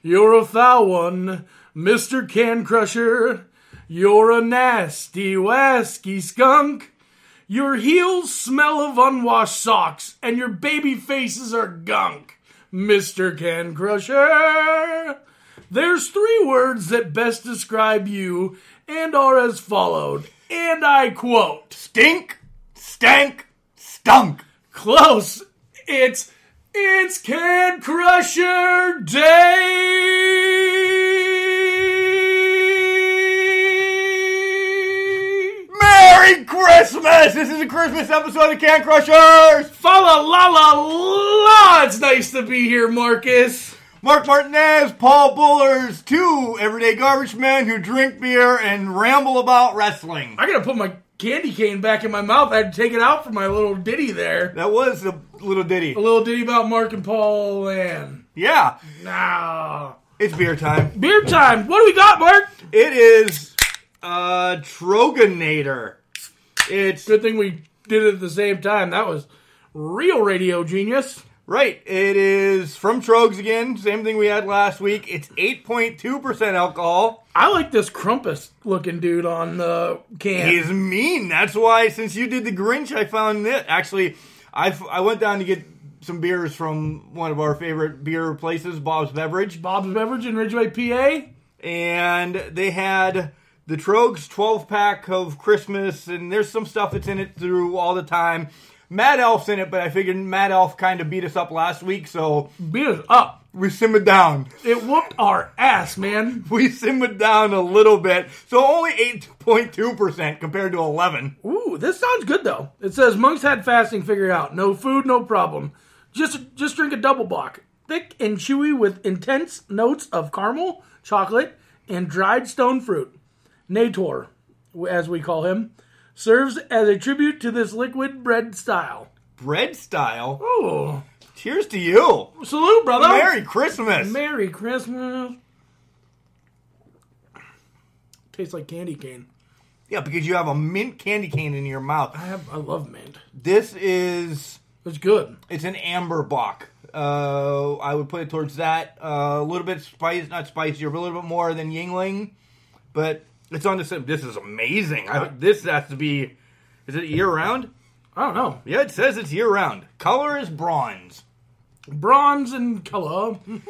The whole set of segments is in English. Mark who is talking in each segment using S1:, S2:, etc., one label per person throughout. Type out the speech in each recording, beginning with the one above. S1: You're a foul one, Mr. Can Crusher. You're a nasty, wasky skunk. Your heels smell of unwashed socks, and your baby faces are gunk, Mr. Can Crusher. There's three words that best describe you and are as followed, and I quote
S2: Stink, stank, stunk.
S1: Close. It's it's Can Crusher Day.
S2: Merry Christmas! This is a Christmas episode of Can Crushers!
S1: Fa la la la la! It's nice to be here, Marcus.
S2: Mark Martinez, Paul Bullers, two everyday garbage men who drink beer and ramble about wrestling.
S1: I gotta put my candy cane back in my mouth. I had to take it out for my little ditty there.
S2: That was a little ditty.
S1: A little ditty about Mark and Paul and
S2: Yeah,
S1: now
S2: it's beer time.
S1: beer time. What do we got, Mark?
S2: It is uh Trogonator. It's
S1: Good thing we did it at the same time. That was real radio genius.
S2: right, it is from Trogs again, same thing we had last week. It's 8.2% alcohol.
S1: I like this Crumpus looking dude on the can.
S2: He's mean. That's why since you did the Grinch, I found it. Actually, I, f- I went down to get some beers from one of our favorite beer places, Bob's Beverage,
S1: Bob's Beverage in Ridgeway, PA.
S2: and they had the Trogs 12 pack of Christmas, and there's some stuff that's in it through all the time. Mad Elf's in it, but I figured Mad Elf kind of beat us up last week, so
S1: Beat us up.
S2: we simmered down.
S1: It whooped our ass, man.
S2: We simmered down a little bit, so only 8.2% compared to 11.
S1: Ooh, this sounds good though. It says monks had fasting figured out. No food, no problem. Just just drink a double block. Thick and chewy with intense notes of caramel, chocolate, and dried stone fruit. Nator, as we call him, serves as a tribute to this liquid bread style.
S2: Bread style.
S1: Oh,
S2: Cheers to you.
S1: salute, brother!
S2: Merry Christmas.
S1: Merry Christmas. Tastes like candy cane.
S2: Yeah, because you have a mint candy cane in your mouth.
S1: I have I love mint.
S2: This is
S1: It's good.
S2: it's an amber bock. Uh, I would put it towards that. Uh, a little bit spice, not spicier, but a little bit more than Yingling. But it's on the same. This is amazing. I, this has to be. Is it year round?
S1: I don't know.
S2: Yeah, it says it's year round. Color is bronze.
S1: Bronze and color. Hmm. Ugh.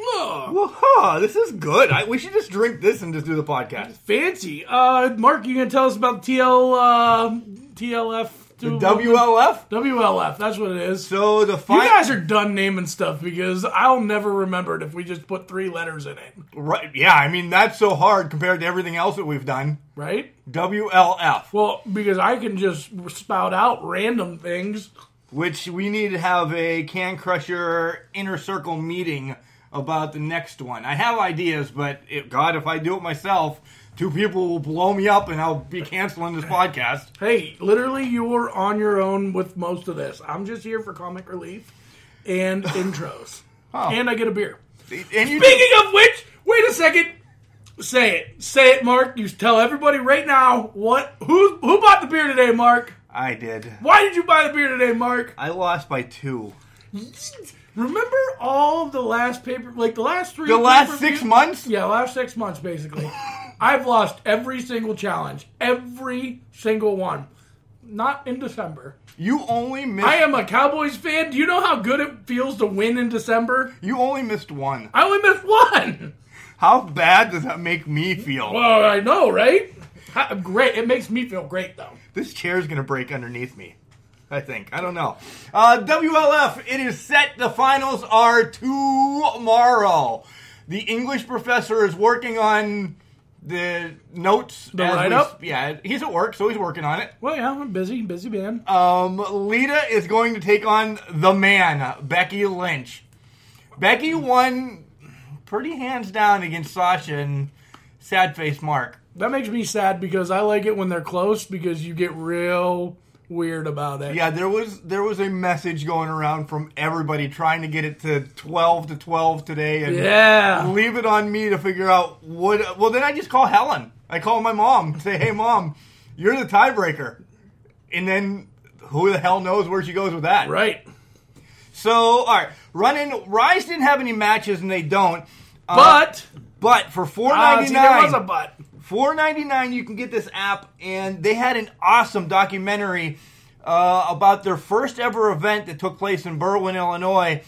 S2: Whoa, this is good. I, we should just drink this and just do the podcast.
S1: Fancy. Uh Mark, you gonna tell us about TL uh TLF
S2: The WLF.
S1: WLF, that's what it is.
S2: So the
S1: you
S2: final.
S1: guys are done naming stuff because I'll never remember it if we just put three letters in it.
S2: right, yeah, I mean that's so hard compared to everything else that we've done.
S1: Right?
S2: WLF.
S1: Well, because I can just spout out random things.
S2: which we need to have a can crusher inner circle meeting about the next one. I have ideas, but it, God, if I do it myself, two people will blow me up, and I'll be canceling this podcast.
S1: Hey, literally, you're on your own with most of this. I'm just here for comic relief and intros.
S2: Oh.
S1: And I get a beer.
S2: And you,
S1: Speaking of which, wait a second. Say it. Say it, Mark. You tell everybody right now what who who bought the beer today, Mark?
S2: I did.
S1: Why did you buy the beer today, Mark?
S2: I lost by two.
S1: Remember all of the last paper like the last three
S2: The last
S1: pay-per-views?
S2: six months.
S1: Yeah, last six months basically. I've lost every single challenge. Every single one. Not in December.
S2: You only missed.
S1: I am a Cowboys fan. Do you know how good it feels to win in December?
S2: you only missed one.
S1: I only missed one.
S2: How bad does that make me feel?
S1: Well, I know, right? Ha- great. It makes me feel great, though.
S2: This chair's gonna break underneath me. I think. I don't know. Uh, WLF, it is set. The finals are tomorrow. The English professor is working on the notes.
S1: The
S2: as we
S1: write-up?
S2: sp- Yeah, he's at work, so he's working on it.
S1: Well, yeah, I'm busy, busy man. Uh,
S2: Um, Lita is going to take on the man, Becky Lynch. Becky won pretty hands down against Sasha and Sad Face Mark.
S1: That makes me sad because I like it when they're close because you get real weird about it.
S2: Yeah, there was there was a message going around from everybody trying to get it to twelve to twelve today, and
S1: Yeah.
S2: leave it on me to figure out what. Well, then I just call Helen. I call my mom. Say, hey, mom, you're the tiebreaker, and then who the hell knows where she goes with that?
S1: Right.
S2: So, all right, running. Rise didn't have any matches, and they don't. Uh,
S1: But
S2: but for four
S1: Ah,
S2: ninety
S1: see, there was a
S2: nine,
S1: but.
S2: four ninety nine, you can get this app, and they had an awesome documentary uh, about their first ever event that took place in Berwyn, Illinois,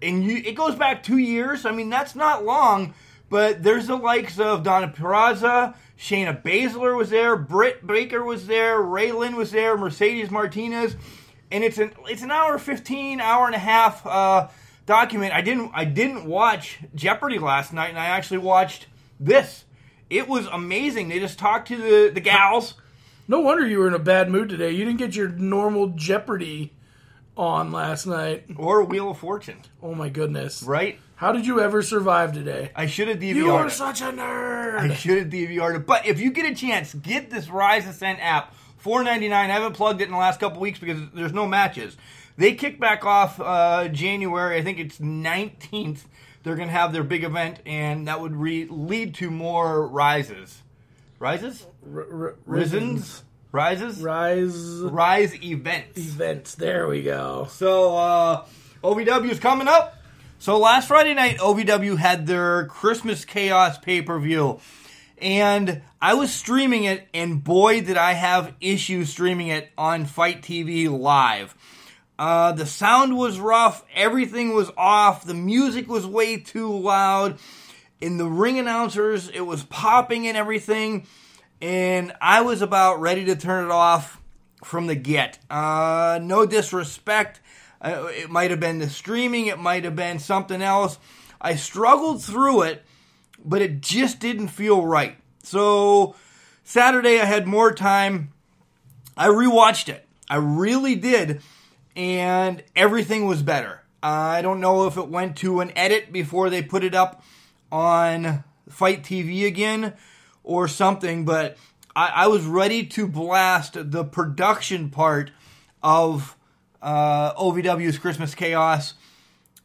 S2: and you, it goes back two years. I mean, that's not long, but there's the likes of Donna Peraza, Shayna Baszler was there, Britt Baker was there, Raylan was there, Mercedes Martinez, and it's an it's an hour fifteen, hour and a half. Uh, document i didn't i didn't watch jeopardy last night and i actually watched this it was amazing. They just talked to the, the gals.
S1: No wonder you were in a bad mood today. You didn't get your normal Jeopardy on last night.
S2: Or Wheel of Fortune,
S1: Oh my goodness.
S2: right?
S1: How did you ever survive today?
S2: I should have DVR'd
S1: You are
S2: it.
S1: such a
S2: I
S1: nerd.
S2: should have DVR'd it. But if you get a chance, get this Rise Ascent app. Four ninety nine. I haven't plugged it in the last couple weeks because there's no matches. They kick back off uh, January. I think it's nineteenth. They're gonna have their big event, and that would re- lead to more rises, rises,
S1: R- r-
S2: risens, rises,
S1: Rise
S2: rise events.
S1: events. There we go.
S2: So uh, OVW is coming up. So last Friday night, OVW had their Christmas Chaos pay per view, and I was streaming it, and boy, did I have issues streaming it on Fight TV live. Uh, the sound was rough, everything was off, the music was way too loud, in the ring announcers, it was popping and everything, and I was about ready to turn it off from the get. Uh, no disrespect. Uh, it might have been the streaming, it might have been something else. I struggled through it, but it just didn't feel right. So, Saturday I had more time. I rewatched it. I really did, and everything was better. I don't know if it went to an edit before they put it up on Fight TV again or something, but I, I was ready to blast the production part of uh, OVW's Christmas Chaos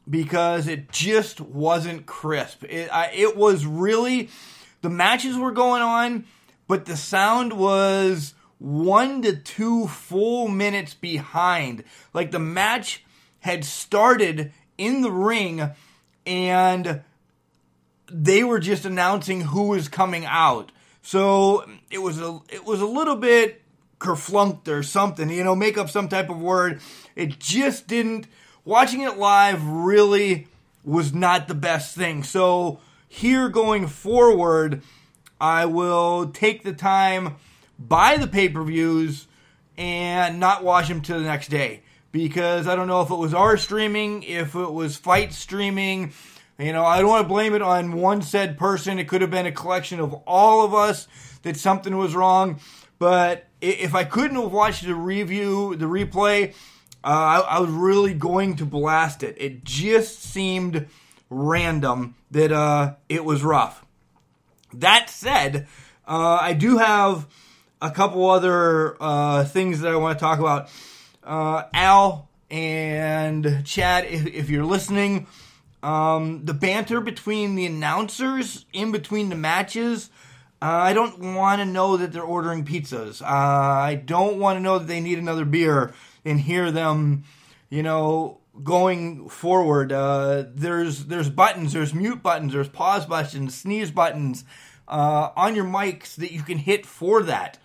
S2: because it just wasn't crisp. It, I, it was really the matches were going on, but the sound was one to two full minutes behind. Like the match had started in the ring, and they were just announcing who was coming out. So it was a it was a little bit kerflunked or something, you know, make up some type of word. It just didn't watching it live really was not the best thing. So here going forward, I will take the time buy the pay-per-views and not watch them till the next day because I don't know if it was our streaming, if it was fight streaming. You know, I don't want to blame it on one said person. It could have been a collection of all of us that something was wrong. But i- if I couldn't have watched the review, the replay, uh, I, I was really going to blast it. It just seemed random that uh, it was rough. That said, uh, I do have a couple other uh, things that I want to talk about. Uh, Al and Chad, if, if you're listening, um, the banter between the announcers in between the matches. Uh, I don't want to know that they're ordering pizzas. Uh, I don't want to know that they need another beer and hear them, you know, going forward. Uh, there's there's buttons, there's mute buttons, there's pause buttons, sneeze buttons uh, on your mics that you can hit for that.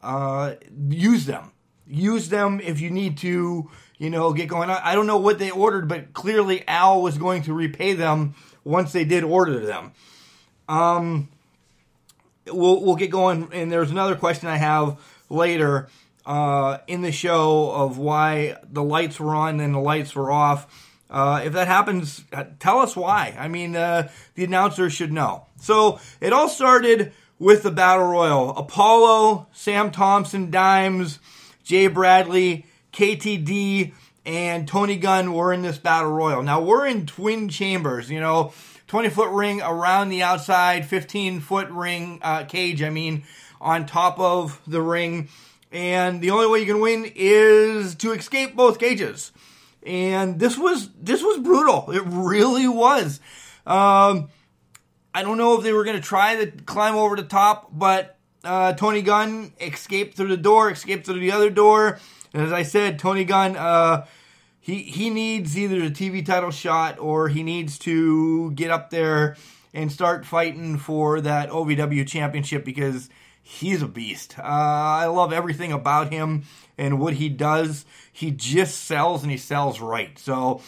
S2: Uh, use them. Use them if you need to, you know, get going. I I don't know what they ordered, but clearly Al was going to repay them once they did order them we'll we'll get going. And there's another question I have later uh, in the show of why the lights were on and the lights were off. Uh, if that happens, uh, tell us why. I mean, uh, the announcer should know. So it all started with the battle royal: Apollo, Sam Thompson, Dimes, Jay Bradley, KTD, and Tony Gunn were in this battle royal. Now we're in twin chambers. You know, 20 foot ring around the outside, 15 foot ring, uh, cage, I mean, on top of the ring. And the only way you can win is to escape both cages. And this was this was brutal. It really was. Um, I don't know if they were going to try to climb over the top, but uh, Tony Gunn escaped through the door, escaped through the other door. And as I said, Tony Gunn, uh, he he needs either a TV title shot or he needs to get up there and start fighting for that OVW championship because he's a beast. Uh, I love everything about him and what he does. He just sells and he sells right. So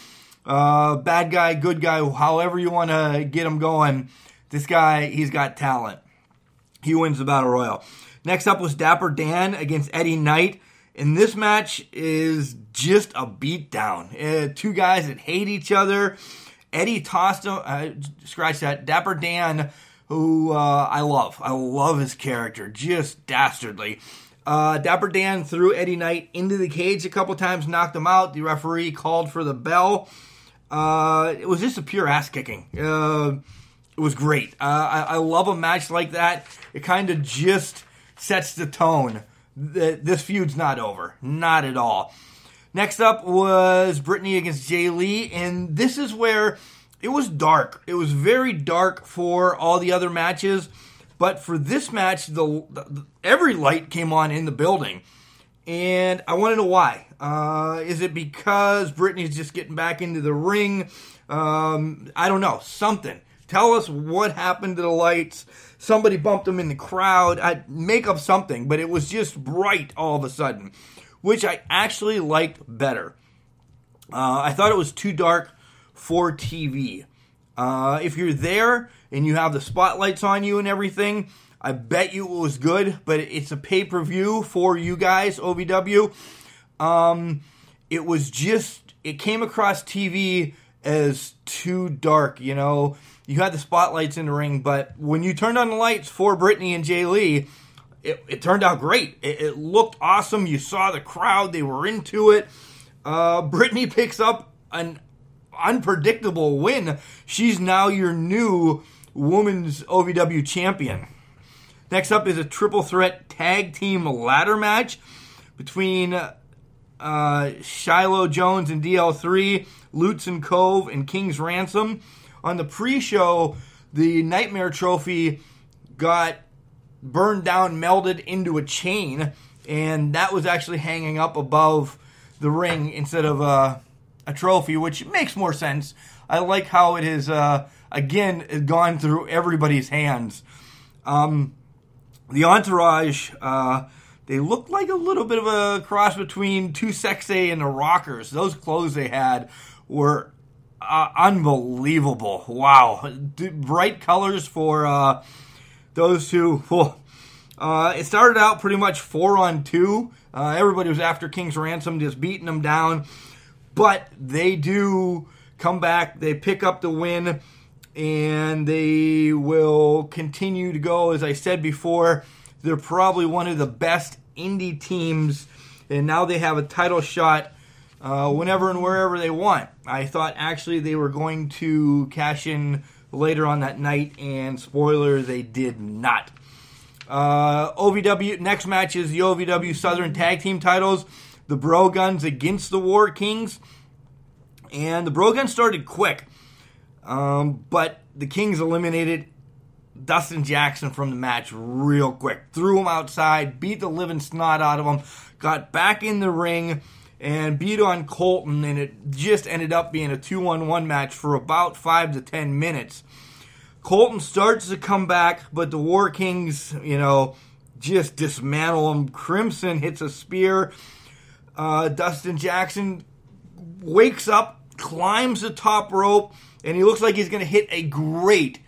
S2: uh, bad guy, good guy, however you want to get him going. This guy, he's got talent. He wins the battle royal. Next up was Dapper Dan against Eddie Knight. And this match is just a beatdown. Uh, two guys that hate each other. Eddie tossed him, uh, scratch that. Dapper Dan, who uh, I love. I love his character, just dastardly. Uh, Dapper Dan threw Eddie Knight into the cage a couple times, knocked him out. The referee called for the bell. Uh, it was just a pure ass kicking. Uh, it was great. Uh, I, I love a match like that. It kind of just sets the tone. that this feud's not over, not at all. Next up was Brittany against Jay Lee, and this is where it was dark. It was very dark for all the other matches, but for this match, the, the every light came on in the building and I want to know why. Uh, is it because Brittany's just getting back into the ring? Um, I don't know. Something. Tell us what happened to the lights. Somebody bumped them in the crowd. I make up something, but it was just bright all of a sudden, which I actually liked better. Uh, I thought it was too dark for TV. Uh, if you're there and you have the spotlights on you and everything, I bet you it was good, but it's a pay per view for you guys, OVW. Um, it was just, it came across TV as too dark, you know. You had the spotlights in the ring, but when you turned on the lights for Brittany and Jay Lee, it, it turned out great. It, it looked awesome. You saw the crowd, they were into it. Uh, Brittany picks up an unpredictable win. She's now your new women's OVW champion. Next up is a triple threat tag team ladder match between uh, Shiloh Jones and DL3, Lutz and Cove, and King's Ransom. On the pre show, the Nightmare Trophy got burned down, melded into a chain, and that was actually hanging up above the ring instead of uh, a trophy, which makes more sense. I like how it is, uh, again, gone through everybody's hands. Um, the entourage uh, they looked like a little bit of a cross between two sexy and the rockers those clothes they had were uh, unbelievable wow D- bright colors for uh, those two Whew. Uh, it started out pretty much four on two uh, everybody was after king's ransom just beating them down but they do come back they pick up the win and they will continue to go. As I said before, they're probably one of the best indie teams, and now they have a title shot uh, whenever and wherever they want. I thought actually they were going to cash in later on that night, and spoiler, they did not. Uh, OVW next match is the OVW Southern Tag Team titles, the Bro Guns against the War Kings, and the Bro Guns started quick. Um, but the Kings eliminated Dustin Jackson from the match real quick. Threw him outside, beat the living snot out of him, got back in the ring, and beat on Colton. And it just ended up being a 2 1 1 match for about 5 to 10 minutes. Colton starts to come back, but the War Kings, you know, just dismantle him. Crimson hits a spear. Uh, Dustin Jackson wakes up, climbs the top rope, and he looks like he's going to hit a great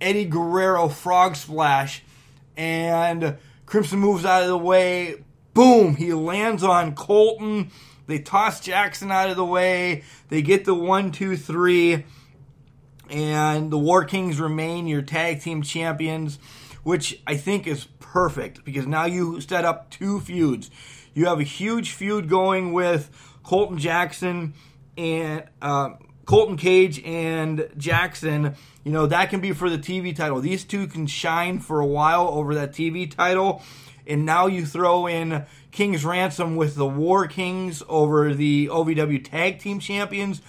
S2: Eddie Guerrero frog splash. And Crimson moves out of the way. Boom! He lands on Colton. They toss Jackson out of the way. They get the one, two, three and the War Kings remain your tag team champions, which I think is perfect because now you set up two feuds. You have a huge feud going with Colton Jackson and uh, Colton Cage and Jackson, you know, that can be for the TV title. These two can shine for a while over that TV title. And now you throw in King's Ransom with the War Kings over the OVW Tag Team Champions.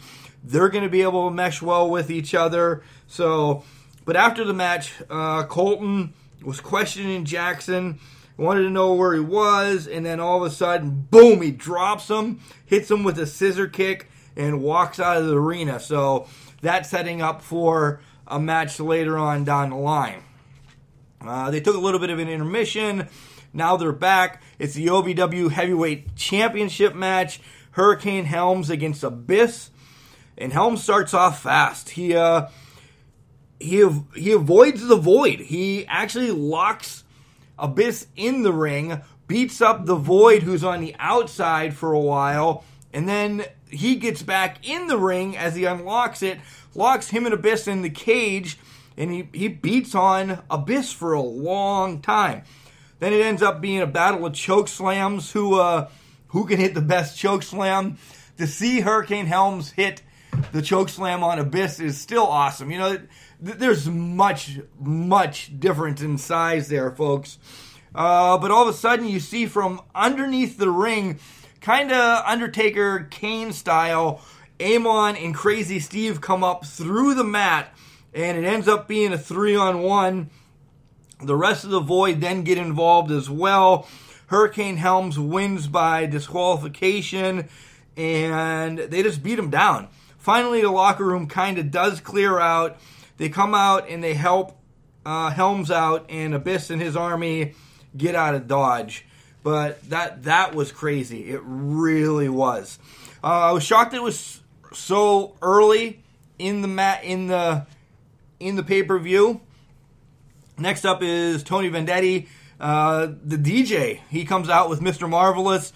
S2: They're going to be able to mesh well with each other. So, but after the match, uh, Colton was questioning Jackson, wanted to know where he was, and then all of a sudden, boom, he drops him, hits him with a scissor kick, and walks out of the arena. So that's setting up for a match later on down the line. Uh, they took a little bit of an intermission. Now they're back. It's the OVW Heavyweight Championship match. Hurricane Helms against Abyss, and Helms starts off fast. He uh, he av- he avoids the void. He actually locks Abyss in the ring, beats up the void who's on the outside for a while, and then he gets back in the ring as he unlocks it, locks him and Abyss in the cage, and he, he beats on Abyss for a long time. Then it ends up being a battle of choke slams. Who uh, who can hit the best choke slam? To see Hurricane Helms hit the choke slam on Abyss is still awesome. You know, th- there's much, much difference in size there, folks. Uh, but all of a sudden, you see from underneath the ring, kind of Undertaker Kane style, Amon and Crazy Steve come up through the mat, and it ends up being a three on one. The rest of the void then get involved as well. Hurricane Helms wins by disqualification, and they just beat him down. Finally, the locker room kind of does clear out. They come out and they help uh, Helms out, and Abyss and his army get out of Dodge. But that that was crazy. It really was. Uh, I was shocked it was so early in the mat in the in the pay per view. Next up is Tony Vendetti, uh, the DJ. He comes out with Mr. Marvelous.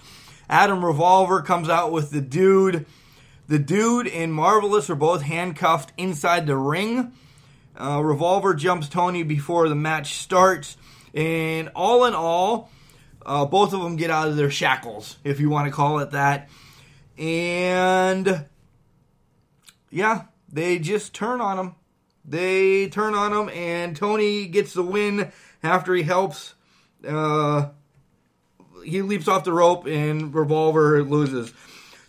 S2: Adam Revolver comes out with the dude. The dude and Marvelous are both handcuffed inside the ring. Uh, Revolver jumps Tony before the match starts. And all in all, uh, both of them get out of their shackles, if you want to call it that. And yeah, they just turn on him. They turn on him, and Tony gets the win after he helps. Uh, he leaps off the rope, and Revolver loses.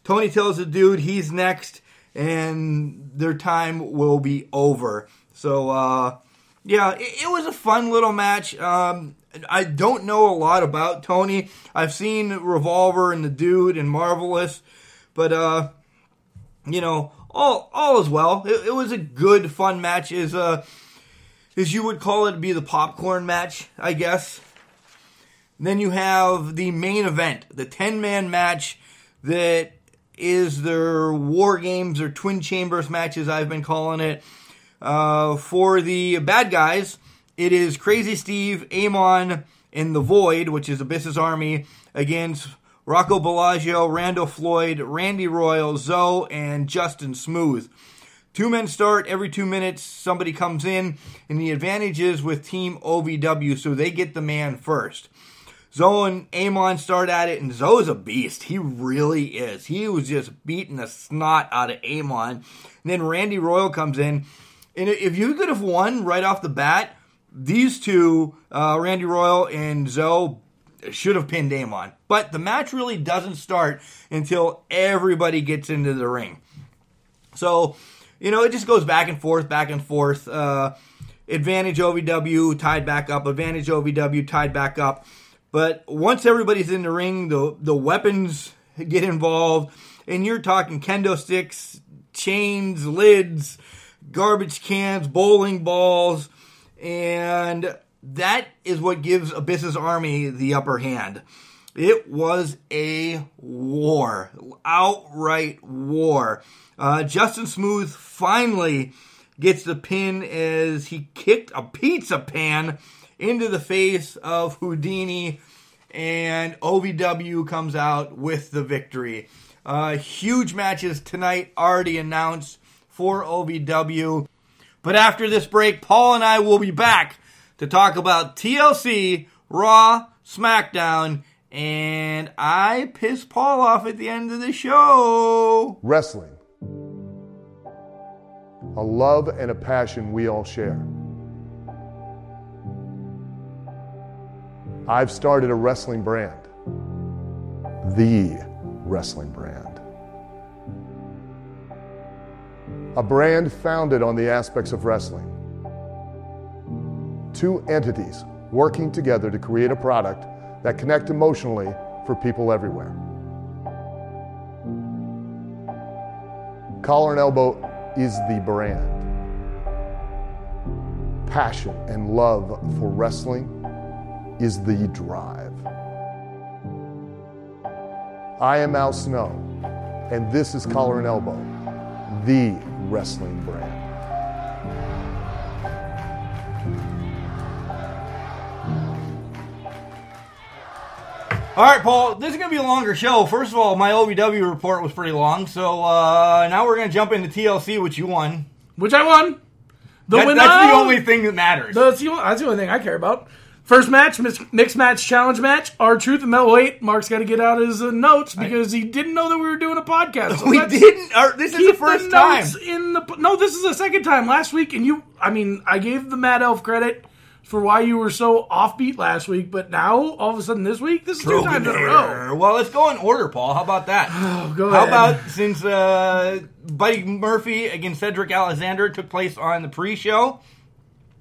S2: Tony tells the dude he's next, and their time will be over. So, uh, yeah, it, it was a fun little match. Um, I don't know a lot about Tony. I've seen Revolver and the dude and Marvelous, but uh, you know, all all is well. It, it was a good, fun match. Is uh, as you would call it, be the popcorn match, I guess. Then you have the main event, the ten man match that is their war games or twin chambers matches. I've been calling it. Uh, for the bad guys, it is Crazy Steve, Amon, and the Void, which is Abyss's army, against Rocco Bellagio, Randall Floyd, Randy Royal, Zoe, and Justin Smooth. Two men start every two minutes. Somebody comes in, and the advantage is with Team OVW, so they get the man first. Zoe and Amon start at it, and Zoe's a beast. He really is. He was just beating the snot out of Amon. And then Randy Royal comes in, and if you could have won right off the bat, these two, uh, Randy Royal and Zoe, should have pinned Amon. But the match really doesn't start until everybody gets into the ring. So, you know, it just goes back and forth, back and forth. Uh, advantage OVW tied back up, advantage OVW tied back up. But once everybody's in the ring, the the weapons get involved, and you're talking kendo sticks, chains, lids, garbage cans, bowling balls, and that is what gives Abyss's army the upper hand. It was a war, outright war. Uh, Justin Smooth finally gets the pin as he kicked a pizza pan into the face of Houdini, and OVW comes out with the victory. Uh, huge matches tonight already announced for OVW. But after this break, Paul and I will be back to talk about TLC, Raw, SmackDown, and I piss Paul off at the end of the show.
S3: Wrestling.
S4: a love and a passion we all share. I've started a wrestling brand, the wrestling brand. A brand founded on the aspects of wrestling. Two entities working together to create a product that connect emotionally for people everywhere. Collar and Elbow is the brand. Passion and love for wrestling is the drive. I am Al Snow, and this is Collar and Elbow, the wrestling brand.
S2: All right, Paul, this is going to be a longer show. First of all, my OVW report was pretty long, so uh, now we're going to jump into TLC, which you won.
S1: Which I won. The
S2: That-
S1: winner.
S2: that's the only thing that matters.
S1: That's the only, that's the only thing I care about. First match, mis- mixed match challenge match. Our truth and metal wait. Mark's got to get out his uh, notes because he didn't know that we were doing a podcast. So
S2: we
S1: let's
S2: didn't. Or, this is the
S1: keep
S2: first time.
S1: notes in the no. This is the second time last week, and you. I mean, I gave the Mad Elf credit for why you were so offbeat last week, but now all of a sudden this week, this is two times in a row.
S2: Well, let's go in order, Paul. How about that?
S1: go
S2: How
S1: ahead.
S2: about since uh, Buddy Murphy against Cedric Alexander took place on the pre-show?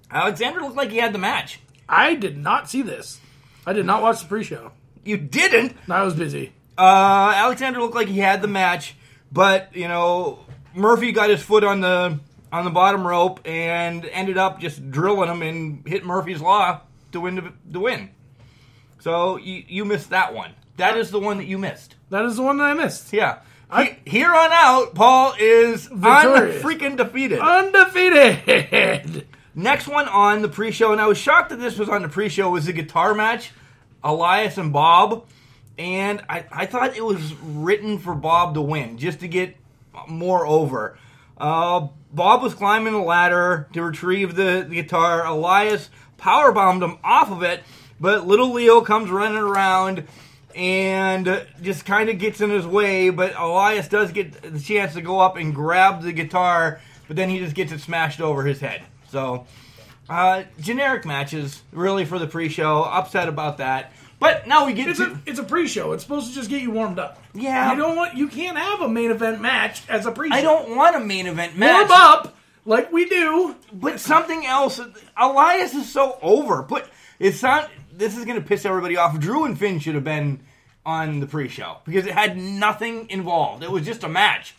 S2: Alexander looked like he had the match.
S1: I did not see this. I did not watch the pre-show.
S2: You didn't.
S1: I was busy.
S2: Uh, Alexander looked like he had the match, but you know Murphy got his foot on the on the bottom rope and ended up just drilling him and hit Murphy's law to win the, the win. So you you missed that one. That is the one that you missed.
S1: That is the one that I missed.
S2: Yeah. He- here on out, Paul is
S1: Victorious. Uh,
S2: freaking defeated.
S1: Undefeated.
S2: Next one on the pre-show, and I was shocked that this was on the pre-show, was the guitar match, Elias and Bob, and I, I thought it was written for Bob to win just to get more over. Uh, Bob was climbing the ladder to retrieve the, the guitar. Elias powerbombed him off of it, but little Leo comes running around and just kind of gets in his way. But Elias does get the chance to go up and grab the guitar, but then he just gets it smashed over his head. So, uh, generic matches really for the pre-show. Upset about that, but now we get
S1: It's
S2: to
S1: a it's a pre-show. It's supposed to just get you warmed up.
S2: Yeah.
S1: You don't want you can't have a main event match as a pre-show.
S2: I don't want a main event match.
S1: warm up like we do.
S2: But something else. Elias is so over. But it's not. This is going to piss everybody off. Drew and Finn should have been on the pre-show because it had nothing involved. It was just a match.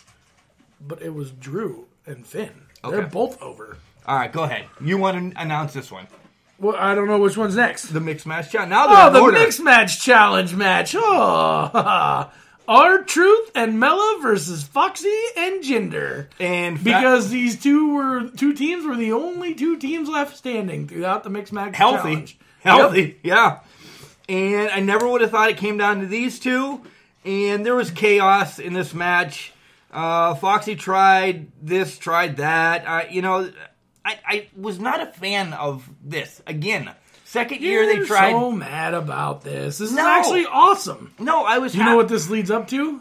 S1: But it was Drew and Finn.
S2: Okay.
S1: They're both over.
S2: All right, go ahead. You want to announce this one?
S1: Well, I don't know which one's next.
S2: The mixed match challenge. Now they're
S1: oh,
S2: in
S1: the
S2: order.
S1: mixed match challenge match. Oh, our truth and Mella versus Foxy and Ginger.
S2: and fa-
S1: Because these two were two teams were the only two teams left standing throughout the mixed match
S2: healthy,
S1: challenge.
S2: healthy, yeah. And I never would have thought it came down to these two. And there was chaos in this match. Uh, Foxy tried this, tried that. I, you know, I, I was not a fan of this. Again, 2nd year they
S1: You're
S2: tried.
S1: So mad about this. This
S2: No.
S1: is actually awesome.
S2: no, I was.
S1: You know what this leads up to?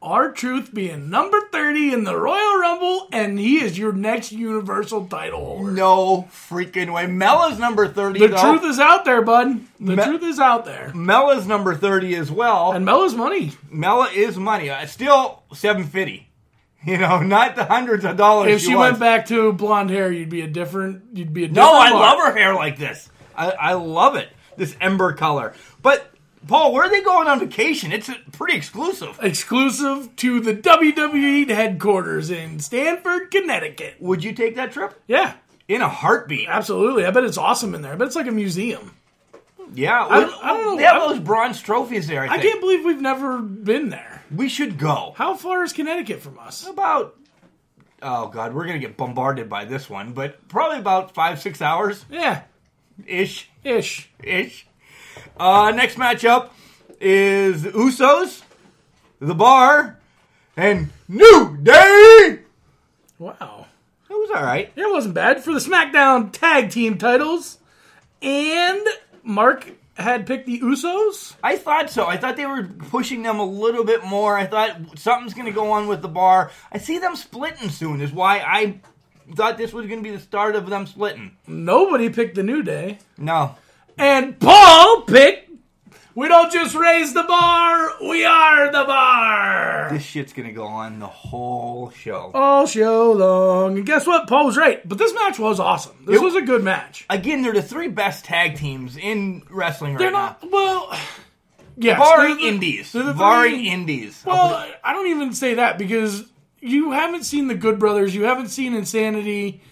S1: Our truth being number thirty in the Royal Rumble, and he is your next Universal title holder.
S2: No freaking way. Mela's number thirty.
S1: The
S2: though.
S1: truth is out there, bud. The
S2: Me-
S1: truth is out there.
S2: Mela's number thirty as well.
S1: And Melo's money.
S2: Mela is money. Uh, Still seven fifty. You know, not the hundreds of dollars.
S1: If she
S2: was.
S1: went back to blonde hair, you'd be a different. You'd be a different
S2: No, I
S1: Mark.
S2: love her hair like this. I, I love it. This ember color. But Paul, where are they going on vacation? It's uh, pretty exclusive.
S1: Exclusive to the WWE headquarters in Stanford, Connecticut.
S2: Would you take that trip?
S1: Yeah,
S2: In a heartbeat.
S1: absolutely. I bet it's awesome in there. I bet it's like a museum.
S2: Yeah.
S1: I-
S2: we-
S1: I don't know.
S2: They have
S1: I-
S2: those bronze trophies there. I,
S1: I
S2: think.
S1: can't believe we've never been there.
S2: We should go. How
S1: How far is Connecticut from us?
S2: about? Oh God, we're gonna get bombarded by this one. But probably about five, six hours
S1: Yeah,
S2: ish,
S1: ish.
S2: ish. Uh, next matchup is the Usos, the Bar, and New Day.
S1: Wow.
S2: It was all right.
S1: It wasn't bad for the SmackDown tag team titles. And Mark had picked the Usos.
S2: I thought so. I thought they were pushing them a little bit more. I thought something's going to go on with the bar. I see them splitting soon, is why I thought this was going to be the start of them splitting.
S1: Nobody picked the New Day.
S2: No.
S1: And Paul picked. We don't just raise the bar, we are the bar.
S2: This shit's going to go on the whole show.
S1: All show long. And guess what? Paul was right. But this match was awesome. This
S2: It-
S1: was a good match.
S2: Again, they're the three best tag teams in wrestling
S1: They're
S2: right
S1: not. Well. Yes,
S2: now. Barring
S1: they're the-
S2: indies.
S1: they're the
S2: Barring
S1: three-
S2: indies.
S1: Well, I don't even say that because you haven't seen the Good Brothers, you haven't seen Insanity.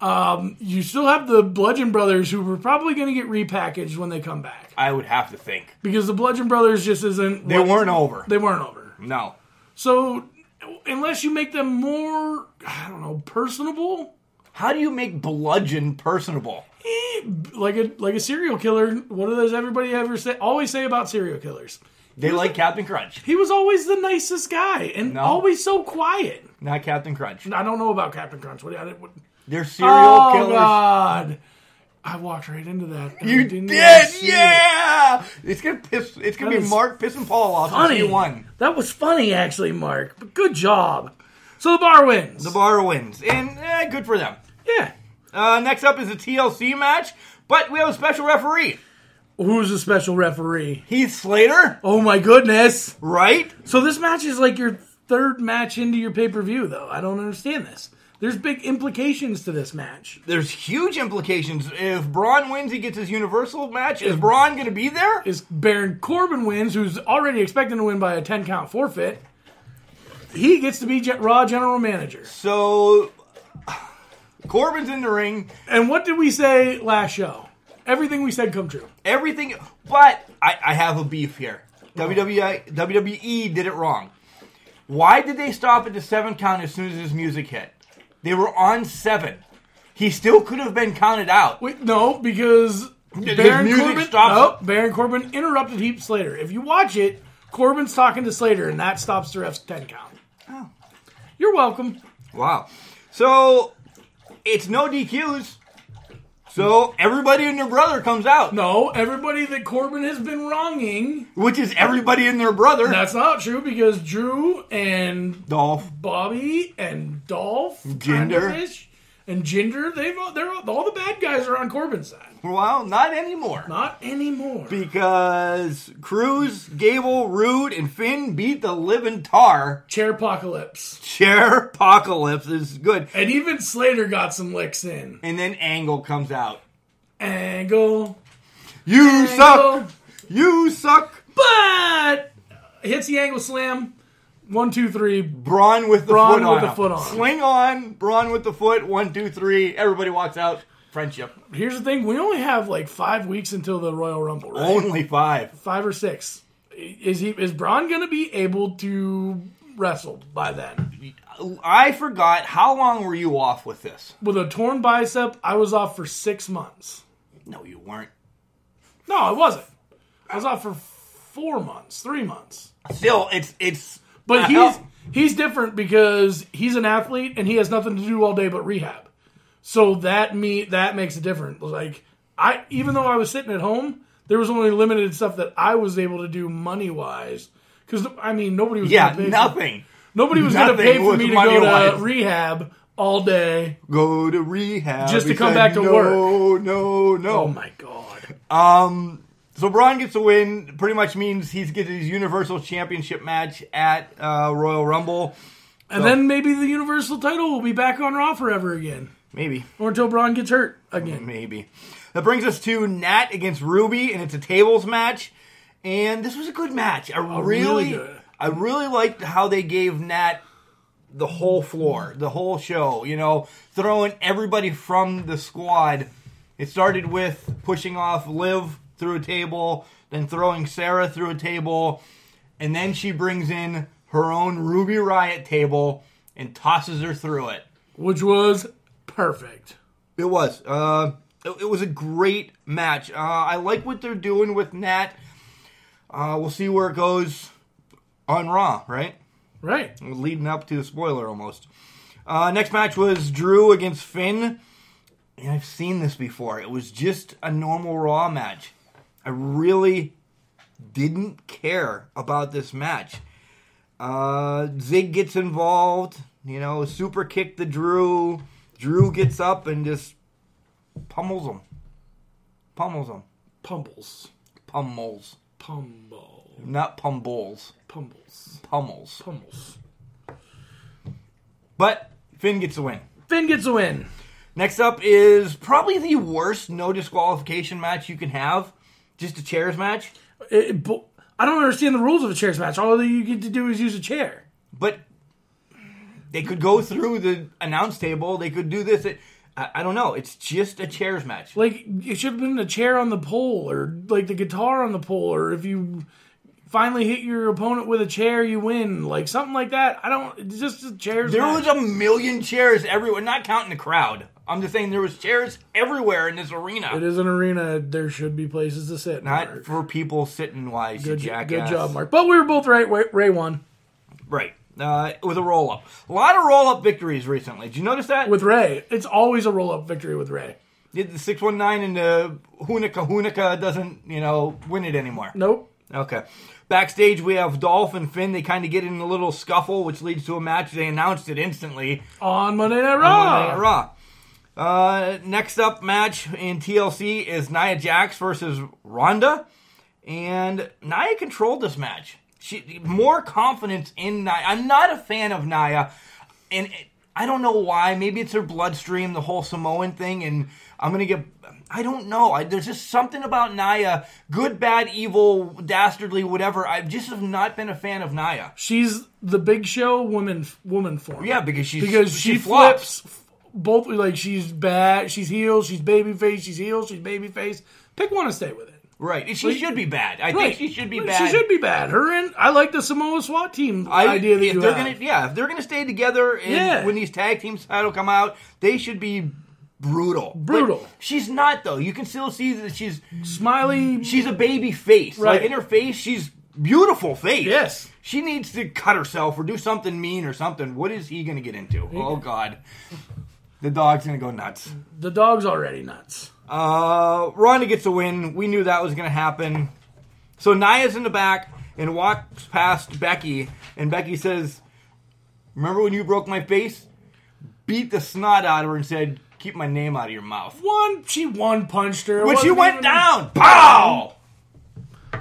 S1: Um, you still have the Bludgeon Brothers, who were probably going to get repackaged when they come back
S2: I would have to think.
S1: because the Bludgeon Brothers just isn't.
S2: They
S1: what-
S2: weren't over.
S1: They weren't over.
S2: no.
S1: So unless you make them more, I don't know, personable,
S2: How do you make bludgeon personable?
S1: eh, like a like a serial killer. What does everybody ever say? Always say about serial killers.
S2: They like Captain Crunch,
S1: He was always the nicest guy and
S2: No.
S1: always so quiet.
S2: not Captain Crunch.
S1: I don't know about Captain Crunch. What, I, what
S2: They're serial
S1: oh,
S2: killers.
S1: God. I walked right into that. and I
S2: You
S1: didn't
S2: did,
S1: even see it.
S2: yeah. It's gonna piss. It's gonna
S1: That
S2: be
S1: is
S2: Mark pissing Paul off.
S1: Funny.
S2: You won.
S1: That was funny, actually, Mark. But good job. So the bar wins.
S2: The bar wins, and eh, good for them.
S1: yeah.
S2: Uh, next up is a TLC match, but we have a special referee,
S1: Who's the special referee?
S2: Heath Slater,
S1: Oh my goodness.
S2: right?
S1: So this match is like your third match into your pay per view, though. I don't understand this. There's big implications to this match.
S2: There's huge implications. If Braun wins, he gets his Universal match. Is Braun gonna be there?
S1: Is Baron Corbin wins, who's already expecting to win by a ten count forfeit. He gets to be Ge- Raw General Manager.
S2: So Corbin's in the ring.
S1: And what did we say last show? Everything we said come true.
S2: everything. But I, I have a beef here.
S1: Oh.
S2: E, WWE, WWE did it wrong. Why did they stop at the seven count as soon as his music hit? They were on seven. He still could have been counted out.
S1: Wait, no, because
S2: Because
S1: Baron
S2: music
S1: Corbin.
S2: stops-
S1: No, Baron Corbin interrupted Heap Slater. If you watch it, Corbin's talking to Slater, and that stops the ref's ten count.
S2: Oh.
S1: You're welcome.
S2: Wow. So it's no DQs. So everybody and their brother comes out,
S1: No, everybody that Corbin has been wronging.
S2: which is everybody and their brother.
S1: That's not true because Drew and
S2: Dolph.
S1: Bobby and Dolph,
S2: Jinder.
S1: Tyler Fish, and Ginger, they've all- they're all, all the bad guys are on Corbin's side.
S2: Well, not anymore.
S1: Not anymore.
S2: because Cruz, Gable, Rude, and Finn beat the living tar
S1: Chair apocalypse.
S2: Chair apocalypse is good.
S1: And even Slater got some licks in.
S2: And then Angle comes out.
S1: Angle.
S2: You
S1: angle.
S2: suck! You suck!
S1: But uh, hits the angle slam. One, two, three.
S2: Braun with the
S1: Braun
S2: foot
S1: with
S2: on.
S1: the
S2: him.
S1: foot on.
S2: Sling on, Braun with the foot. One, two, three. Everybody walks out. Friendship.
S1: Here's the thing we only have like five weeks until the Royal Rumble, right?
S2: Only five.
S1: Five or six. Is he is Braun gonna be able to wrestle by then?
S2: I forgot. How long were you off with this?
S1: With a torn bicep, I was off for six months.
S2: No, you weren't.
S1: No, I wasn't. I was off for four months, three months.
S2: Still, it's it's. uh,
S1: But
S2: not
S1: he's
S2: help.
S1: he's different because he's an athlete and he has nothing to do all day but rehab. So that me that makes a difference. Like I even though I was sitting at home, there was only limited stuff that I was able to do money wise. Because I mean, nobody was
S2: yeah,
S1: gonna pay
S2: nothing.
S1: nobody was going to
S2: nothing
S1: pay for
S2: was
S1: me to go to
S2: money-wise.
S1: rehab all day.
S2: Go to rehab
S1: Just to
S2: He
S1: come
S2: said,
S1: back to
S2: no,
S1: work."
S2: No, no,
S1: Oh my god!
S2: Um, so Braun gets a win. Pretty much means he's getting his Universal Championship match at uh, Royal Rumble.
S1: And then maybe the Universal title will be back on Raw forever again,
S2: Maybe,
S1: or until Braun gets hurt again.
S2: maybe. That brings us to Nat against Ruby, and it's a tables match. And this was a good match. I really,
S1: really good.
S2: I really liked how they gave Nat the whole floor, the whole show. You know, throwing everybody from the squad. It started with pushing off Liv through a table, then throwing Sarah through a table, and then she brings in her own Ruby Riot table and tosses her through it.
S1: which was perfect.
S2: It was. Uh, it, it was a great match. Uh, I like what they're doing with Nat. Uh, we'll see where it goes on Raw, right?
S1: Right.
S2: Leading up to the spoiler almost. Uh, next match was Drew against Finn. And I've seen this before. It was just a normal Raw match. I really didn't care about this match. Uh, Zig gets involved, you know, super kick the Drew, Drew gets up and just pummels him. Pummels him.
S1: Pumbles.
S2: Pummels.
S1: Pumble.
S2: Not pummels.
S1: Pumbles.
S2: Pummels.
S1: Pumbles.
S2: But Finn gets the win.
S1: Finn gets a win.
S2: Next up is probably the worst no disqualification match you can have. Just a chairs match.
S1: It- it bo- I don't understand the rules of a chairs match. All you get to do is use a chair.
S2: But they could go through the announce table. They could do this. It, I, I don't know. It's just a chairs match.
S1: Like it should have been a chair on the pole, or like the guitar on the pole, or if you finally hit your opponent with a chair, you win. Like something like that. I don't. It's just a chairs.
S2: There
S1: match.
S2: was a million chairs everywhere, not counting the crowd. I'm just saying there was chairs everywhere in this
S1: It
S2: arena.
S1: is an arena. There should be places to sit.
S2: Not
S1: Mark.
S2: for people sitting wise, you
S1: good,
S2: jackass.
S1: good job, Mark. But we were both right. Ray, Ray won
S2: Right. Uh, with a roll up. A lot of roll up victories recently. Did you notice that?
S1: with Ray. It's always a roll up victory with Ray.
S2: Did the 619 and the Hunica Hunica doesn't, you know, win it anymore.
S1: Nope.
S2: Okay. Backstage, we have Dolph and Finn. They kind of get in a little scuffle, which leads to a match. They announced it instantly.
S1: On Monday Night
S2: on
S1: Raw.
S2: Monday Night Raw. Uh, next up match in TLC is Nia Jax versus Ronda, and Nia controlled this match. She more confidence in Nia. I'm not a fan of Nia, and it- I don't know why. Maybe it's her bloodstream, the whole Samoan thing, and I'm gonna get. I don't know. I, there's just something about Nia, good, bad, evil, dastardly, whatever. I just have not been a fan of Nia.
S1: She's the Big Show woman woman form.
S2: Yeah, because she's
S1: because she,
S2: flops.
S1: flips f- both like she's bad, she's heel, she's babyface, she's heel, she's babyface. Pick one and stay with it.
S2: Right. She should be bad. I think she should be
S1: Like,
S2: bad.
S1: She should be bad. Her and I like the Samoa SWAT team
S2: I,
S1: idea that
S2: if
S1: you
S2: they're
S1: have.
S2: gonna yeah, if they're gonna stay together and
S1: Yeah.
S2: when these tag team title come out, they should be brutal. But
S1: Brutal.
S2: she's not though. You can still see that she's
S1: Smiley.
S2: she's a baby face.
S1: Right.
S2: Like in her face, she's beautiful face.
S1: Yes.
S2: She needs to cut herself or do something mean or something. What is he gonna get into? Oh god. The dog's gonna go nuts.
S1: the dog's already nuts.
S2: Uh, Ronda gets a win. We knew that was going to happen. So Naya's in the back and walks past Becky, and Becky says, "Remember when you broke my face?" Beat the snot out of her and said, "Keep my name out of your mouth."
S1: One, she one punched her. It
S2: When she
S1: wasn't
S2: went
S1: even-
S2: down, pow!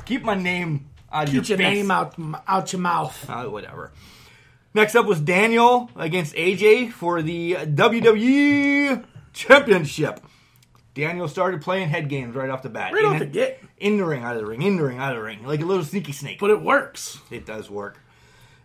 S2: Keep my name out of
S1: Get your
S2: your face.
S1: name out m- out your mouth.
S2: Uh, whatever. Next up was Daniel against AJ for the WWE Championship. Daniel started playing head games right off the bat.
S1: Right
S2: In
S1: off the get.
S2: In the ring, out of the ring, in the ring, out of the ring. Like a little sneaky snake.
S1: But it works.
S2: It does work.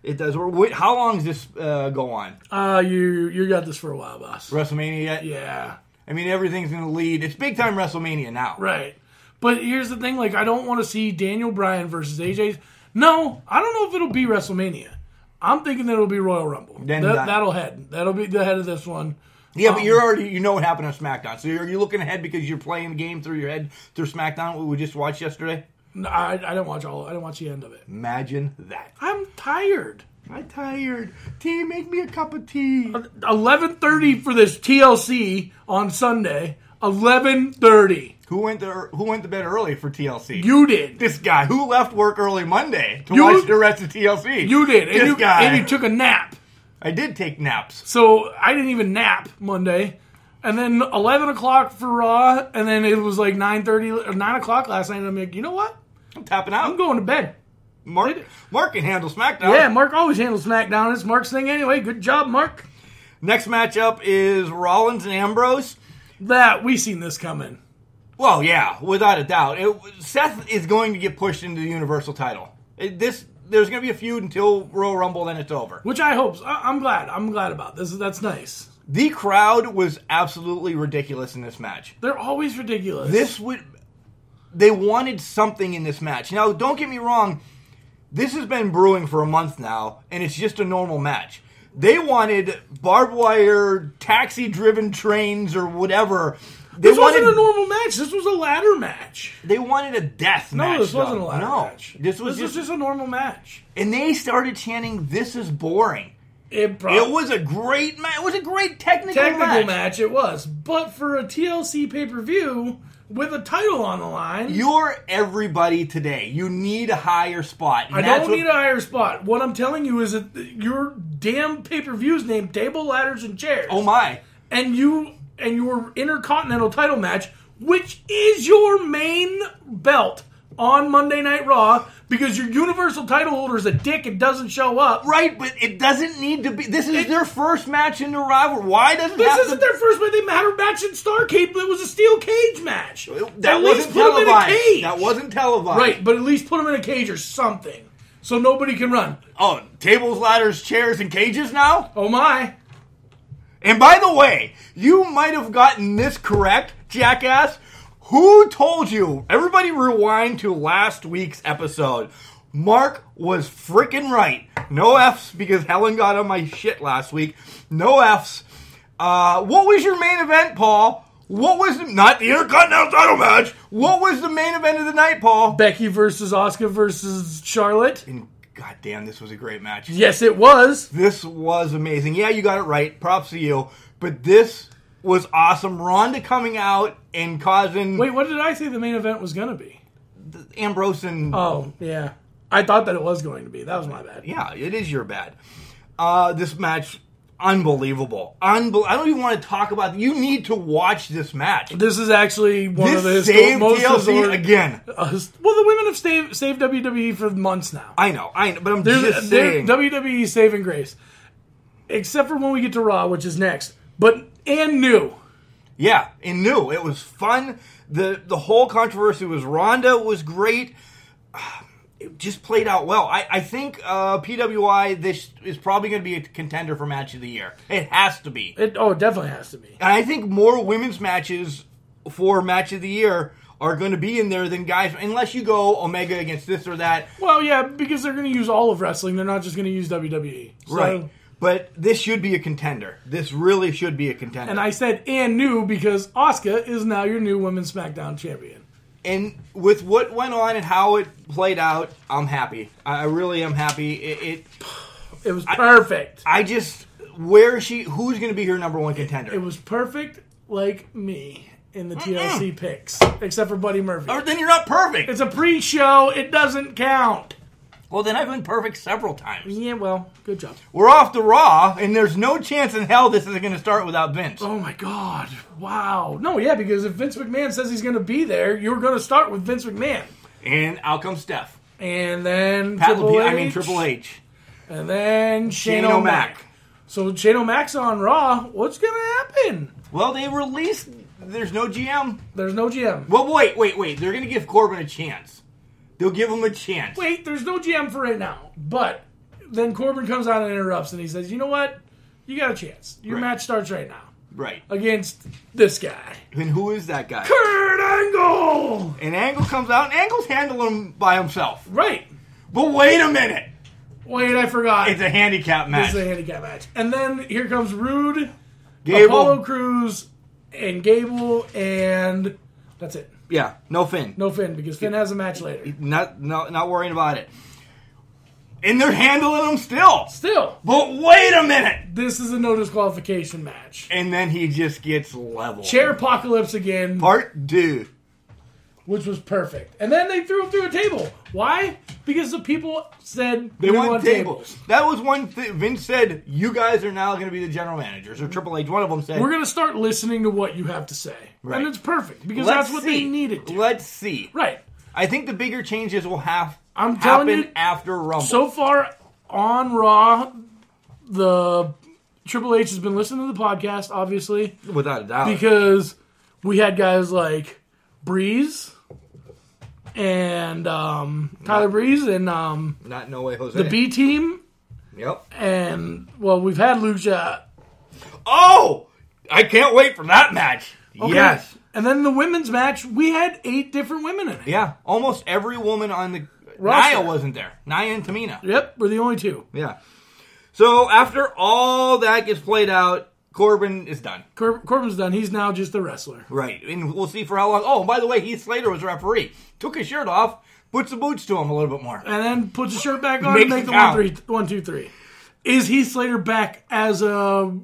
S2: It does work. Wait, how long does this uh, go on?
S1: Uh, you you got this for a while, boss.
S2: WrestleMania yet?
S1: Yeah.
S2: I mean, everything's in the lead. It's big time WrestleMania now.
S1: Right. But here's the thing: like, I don't want to see Daniel Bryan versus AJ. No, I don't know if it'll be WrestleMania. I'm thinking that it'll be Royal Rumble.
S2: Then
S1: that,
S2: that-
S1: that'll head. That'll be the head of this one.
S2: Yeah, but
S1: Um,
S2: you're already, you know what happened on SmackDown. So you're, you looking ahead because you're playing the game through your head through SmackDown, what we just watched yesterday?
S1: No, I, I didn't watch all. I didn't watch the end of it.
S2: Imagine that.
S1: I'm tired.
S2: I'm tired. Team, make me a cup of tea.
S1: 11:30 for this TLC on Sunday. 11:30.
S2: Who went to Who went to bed early for TLC?
S1: You did.
S2: This guy who left work early Monday to
S1: You-
S2: watch the rest of TLC.
S1: You did. And
S2: This
S1: you,
S2: guy.
S1: and you took a nap.
S2: I did take naps.
S1: So I didn't even nap Monday, and then eleven o'clock for Raw, and then it was like nine thirty or nine o'clock last night. And I'm like, you know what?
S2: I'm tapping out.
S1: I'm going to bed.
S2: Mark, Mark can handle SmackDown.
S1: Yeah, Mark always handles SmackDown. It's Mark's thing anyway. Good job, Mark.
S2: Next matchup is Rollins and Ambrose.
S1: That we seen this coming.
S2: Well, yeah, without a doubt. It, Seth is going to get pushed into the Universal title. It- this there's going to be a feud until Royal Rumble, then it's over.
S1: Which I hope. I- I'm glad. I'm glad about this. That's nice.
S2: The crowd was absolutely ridiculous in this match.
S1: They're always ridiculous.
S2: this would they wanted something in this match now don't get me wrong this has been brewing for a month now and it's just a normal match they wanted barbed wire taxi driven trains or whatever they
S1: This
S2: wanted
S1: wasn't a normal match. This was a ladder match.
S2: they wanted a death
S1: No,
S2: match
S1: this wasn't
S2: though.
S1: a ladder
S2: no
S1: match.
S2: this was just,
S1: just a normal match.
S2: and they started chanting this is boring
S1: It,
S2: it
S1: probably,
S2: was a great match it was a great technical,
S1: technical
S2: match.
S1: match. it was, but for a TLC pay per view with a title on the line,
S2: you're everybody today you need a higher spot and
S1: I
S2: that's
S1: don't
S2: what-
S1: need a higher spot. What I'm telling you is that your damn pay per views named table ladders and chairs.
S2: oh my
S1: and you and your Intercontinental title match, which is your main belt on Monday Night Raw, because your Universal title holder is a dick and doesn't show up.
S2: Right, but it doesn't need to be. This is their first match in the rivalry. Why does it
S1: This
S2: have
S1: isn't
S2: to?
S1: their first match. They had a match in Starcade, but it was a steel cage match.
S2: that
S1: at least
S2: wasn't
S1: put them in a
S2: televised.
S1: cage.
S2: That wasn't televised.
S1: right, but at least put them in a cage or something, so nobody can run.
S2: Oh, tables, ladders, chairs, and cages now.
S1: Oh my!
S2: And by the way, you might have gotten this correct, jackass. Who told you? Everybody rewind to last week's episode. Mark was freaking right. No F's because Helen got on my shit last week. No F's. Uh, what was your main event, Paul? What was the, not the Intercontinental title match? What was the main event of the night, Paul?
S1: Becky versus Oscar versus Charlotte.
S2: And God damn, this was a great match.
S1: Yes, it was.
S2: This was amazing. Yeah, you got it right. Props to you. But this was awesome. Rhonda coming out and causing
S1: Wait, what did I say the main event was going to be?
S2: Ambrose and
S1: Oh, yeah. I thought that it was going to be. That was my bad.
S2: yeah, it is your bad. Uh, this match, unbelievable. Unbel- I don't even want to talk about. You need to watch this match.
S1: This is actually one of the
S2: This
S1: histo-
S2: saved
S1: most
S2: TLC
S1: historic-
S2: again.
S1: uh, his- well, the women have saved, saved WWE for months now.
S2: I know, I know, but I'm
S1: There's-
S2: just
S1: there-
S2: saying.
S1: WWE E saving grace, except for when we get to Raw, which is next. But and new,
S2: Yeah, and new. It was fun. The the whole controversy was Ronda was great. It just played out well. I, I think uh, PWI this is probably going to be a contender for match of the year. It has to be.
S1: it oh, it definitely has to be.
S2: And I think more women's matches for match of the year are going to be in there than guys, unless you go Omega against this or that.
S1: Well, yeah, because they're going to use all of wrestling. They're not just going to use WWE. So-
S2: Right. But this should be a contender. This really should be a contender.
S1: And I said and new because Asuka is now your new Women's SmackDown champion.
S2: and with what went on and how it played out, I'm happy. I I really am happy. It, it
S1: It was perfect.
S2: I just where is she who's going to be her number one contender?
S1: it was perfect, like me in the TLC picks, except for Buddy Murphy.
S2: or then you're not perfect.
S1: It's a pre-show. It doesn't count.
S2: Well, then I've been perfect several times.
S1: Yeah, well, good job.
S2: We're off the Raw, and there's no chance in hell this is going to start without Vince.
S1: Oh my God! Wow. No, yeah, because if Vince McMahon says he's going to be there, you're going to start with Vince McMahon,
S2: And out comes Steph.
S1: and then
S2: Pat
S1: Triple
S2: LaPi-
S1: H,
S2: I mean Triple H.
S1: and then Shane,
S2: Shane
S1: O'Mac.
S2: O'Mac.
S1: So Shane O'Mac's on Raw. What's going to happen?
S2: Well, they released. There's no GM.
S1: There's no GM.
S2: Well, wait, wait, wait. They're going to give Corbin a chance. They'll give him a chance.
S1: wait, there's no GM for right now. But then Corbin comes out and interrupts and he says, you know what? You got a chance. Your
S2: Right.
S1: match starts right now
S2: Right.
S1: against this guy.
S2: And who is that guy?
S1: Kurt Angle!
S2: And Angle comes out, and Angle's handling him by himself.
S1: Right.
S2: But wait a minute.
S1: Wait, I forgot.
S2: It's a handicap match.
S1: This is a handicap match. And then here comes Rude,
S2: Gable.
S1: Apollo Cruz, and Gable, and that's it.
S2: Yeah, no Finn.
S1: No Finn, because Finn has a match later.
S2: Not, not, not worrying about it. And they're handling him still.
S1: Still,
S2: But wait a minute.
S1: this is a no disqualification match.
S2: And then he just gets leveled.
S1: Chair apocalypse again.
S2: Part two.
S1: which was perfect. And then they threw him through a table. Why? Because the people said
S2: They
S1: we
S2: want, tables. That was one thing. Vince said, "You guys are now going to be the general managers." Or Triple H, one of them said,
S1: We're gonna start listening to what you have to say,
S2: Right.
S1: and it's perfect because
S2: Let's
S1: that's what they
S2: see.
S1: needed. To.
S2: Let's see.
S1: Right.
S2: I think the bigger changes will have
S1: I'm telling
S2: happen
S1: you-
S2: after Rumble.
S1: So far on Raw, the Triple H has been listening to the podcast, obviously,
S2: without a doubt,
S1: because we had guys like Breeze and um, Tyler Breeze and um,
S2: not no way, Jose.
S1: the B Team,
S2: Yep.
S1: and well, we've had Lucha
S2: Oh, I can't wait for that match.
S1: Okay.
S2: Yes.
S1: And then the women's match, we had eight different women in it.
S2: Yeah. Almost every woman on the
S1: Roster.
S2: Nia wasn't there. Nia and Tamina.
S1: Yep, we're the only two.
S2: Yeah. So after all that gets played out, Corbin is done.
S1: Cor- Corbin's done. He's now just a wrestler.
S2: Right. And we'll see for how long. Oh, by the way, Heath Slater was referee. Took his shirt off, puts the boots to him a little bit more.
S1: And then puts his shirt back on
S2: Makes
S1: and
S2: it
S1: makes the
S2: count.
S1: one, three, one, two, three. Is Heath Slater back as a.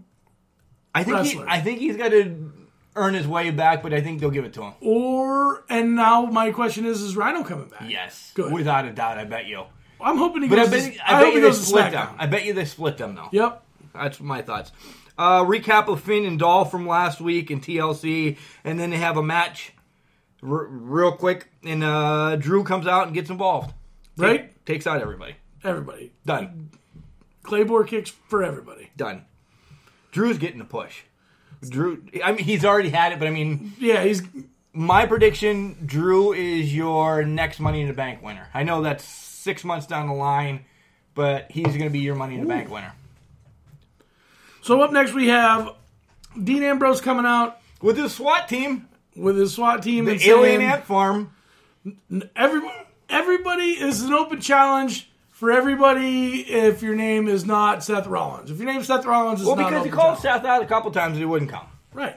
S2: I think he,
S1: Wrestler.
S2: I think he's got to earn his way back, but I think they'll give it to him.
S1: Or. And now my question is, is Rhino coming back?
S2: Yes.
S1: Good.
S2: Without a doubt, I bet you.
S1: I'm hoping he
S2: But I
S1: goes.
S2: bet,
S1: to,
S2: I bet
S1: hope
S2: you
S1: he
S2: they
S1: goes to
S2: split them.
S1: SmackDown.
S2: I bet you they split them though.
S1: Yep.
S2: That's my thoughts. Uh, recap of Finn and Dahl from last week and TLC, and then they have a match r- real quick, and uh, Drew comes out and gets involved.
S1: Right?
S2: Takes out everybody.
S1: Everybody.
S2: Done.
S1: Claymore kicks for everybody.
S2: Done. Drew's getting a push. Drew, I mean, he's already had it, but I mean,
S1: Yeah, he's
S2: my prediction Drew is your next Money in the Bank winner. I know that's six months down the line, but he's going to be your Money in the Bank winner.
S1: so up next we have Dean Ambrose coming out
S2: With his SWAT team,
S1: with his SWAT team and saying,
S2: Alien Ant Farm,
S1: every, everybody is an open challenge for everybody if your name is not Seth Rollins. If your name's Seth Rollins, it's
S2: Well,
S1: not
S2: because he
S1: open
S2: called
S1: challenge.
S2: Seth out a couple times and he wouldn't come.
S1: Right.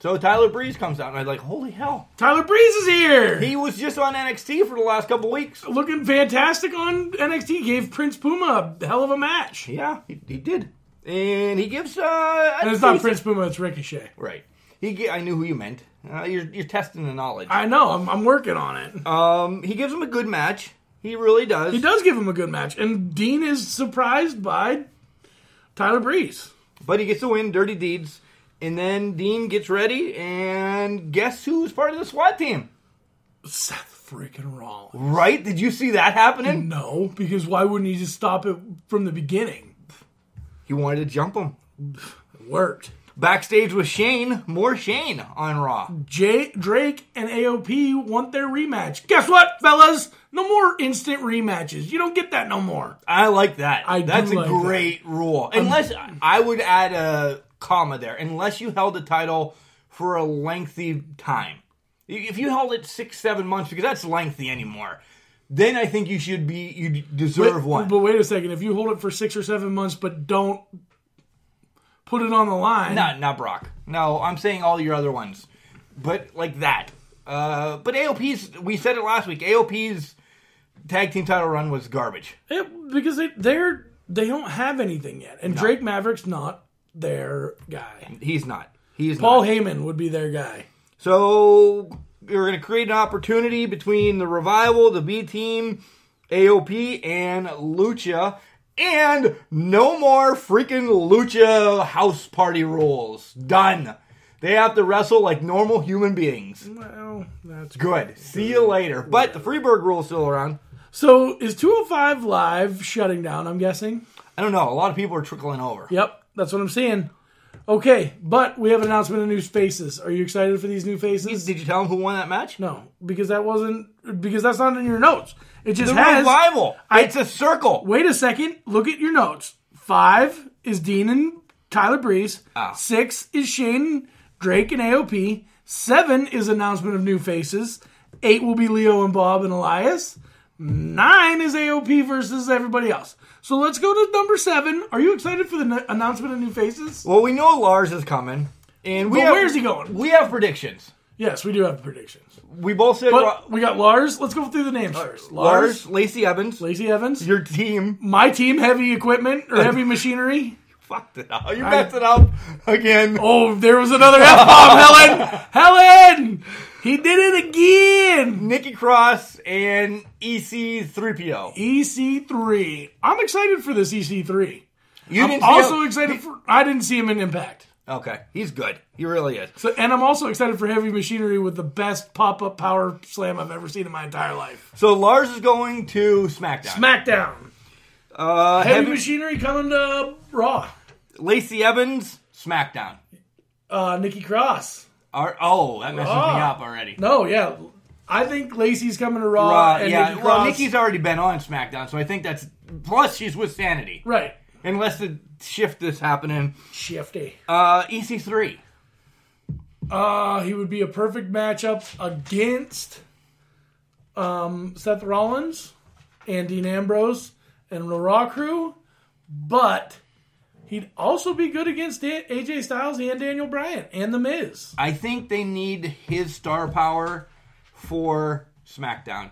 S2: So Tyler Breeze comes out, and I'm like, holy hell.
S1: Tyler Breeze is here.
S2: He was just on NXT for the last couple weeks.
S1: looking fantastic on NXT. Gave Prince Puma a hell of a match.
S2: Yeah, he, he did. And he gives. uh
S1: And it's not Prince Puma, it's Ricochet.
S2: Right. He gi- I knew who you meant. Uh, you're, you're testing the knowledge.
S1: I know, I'm, I'm working on it.
S2: Um, he gives him a good match. He really does.
S1: he does give him a good match, and Dean is surprised by Tyler Breeze.
S2: But he gets the win, Dirty Deeds. And then Dean gets ready, and guess who's part of the SWAT team?
S1: Seth freaking Rollins.
S2: Right? Did you see that happening?
S1: No, because why wouldn't he just stop it from the beginning?
S2: He wanted to jump him.
S1: It worked.
S2: Backstage with Shane, more Shane on Raw.
S1: Jay, Drake and AOP want their rematch. Guess what, fellas? No more instant rematches. You don't get that no more.
S2: I like that.
S1: I do
S2: That's a
S1: like that.
S2: great rule. Unless I would add a comma there. Unless you held the title for a lengthy time. If you held it six, seven months, because that's lengthy anymore, then I think you should be you deserve one.
S1: But wait a second. If you hold it for six or seven months, but don't put it on the line,
S2: Not not Brock. No, I'm saying all your other ones, but like that. Uh, but AOP's. We said it last week. AOP's tag team title run was garbage.
S1: it- because they, they're they don't have anything yet, and Drake Maverick's not their guy.
S2: He's not. He's
S1: Paul
S2: Not.
S1: Heyman would be their guy.
S2: So you're going to create an opportunity between the revival, the B team, AOP, and Lucha. And no more freaking Lucha house party rules. Done. They have to wrestle like normal human beings.
S1: Well, that's
S2: Good. See you later. But the Freebird rule's still around.
S1: So is 205 Live shutting down? I'm guessing.
S2: I don't know. A lot of people are trickling over.
S1: Yep, that's what I'm seeing. Okay, but we have an announcement of new faces. Are you excited for these new faces?
S2: Did you tell them who won that match?
S1: No, because that wasn't because that's not in your notes. It just
S2: The
S1: has
S2: revival. it's a circle.
S1: Wait a second. Look at your notes. Five is Dean and Tyler Breeze.
S2: Oh.
S1: Six is Shane, Drake, and AOP. Seven is announcement of new faces. Eight will be Leo and Bob and Elias. Nine is AOP versus everybody else. So let's go to number seven. Are you excited for the n- announcement of new faces?
S2: Well, we know Lars is coming. And we
S1: But
S2: have-
S1: where's he going?
S2: We have predictions.
S1: Yes, we do have predictions.
S2: We both said Ra-
S1: But we got Lars. Let's go through the names first.
S2: Lars, Lacey Evans,
S1: Lacey Evans.
S2: your team
S1: My team, heavy equipment or heavy machinery.
S2: fucked it up. You messed it up again.
S1: Oh, there was another F bomb, Helen! Helen! He did it again!
S2: Nikki Cross and E EC3PO.
S1: EC3. E I'm excited for this EC3.
S2: You
S1: I'm
S2: didn't see
S1: also
S2: him-
S1: excited for. I didn't see him in Impact.
S2: Okay, he's good. He really is.
S1: So, and I'm also excited for Heavy Machinery with the best pop up power slam I've ever seen in my entire life.
S2: So Lars is going to SmackDown.
S1: SmackDown!
S2: uh,
S1: Heavy,
S2: Heavy-
S1: Machinery coming to Raw.
S2: Lacey Evans, SmackDown.
S1: Uh, Nikki Cross.
S2: Ar- oh, that messes me
S1: Raw.
S2: up already.
S1: No, yeah. I think Lacey's coming to Raw.
S2: Raw,
S1: and
S2: yeah.
S1: Nikki
S2: well,
S1: Cross.
S2: Nikki's already been on SmackDown, so I think that's. Plus, she's with Sanity.
S1: Right.
S2: Unless the shift is happening.
S1: Shifty.
S2: Uh, EC3.
S1: Uh, he would be a perfect matchup against um, Seth Rollins and Dean Ambrose and the Raw Crew, but he'd also be good against Dan- AJ Styles and Daniel Bryan and The Miz.
S2: I think they need his star power for SmackDown.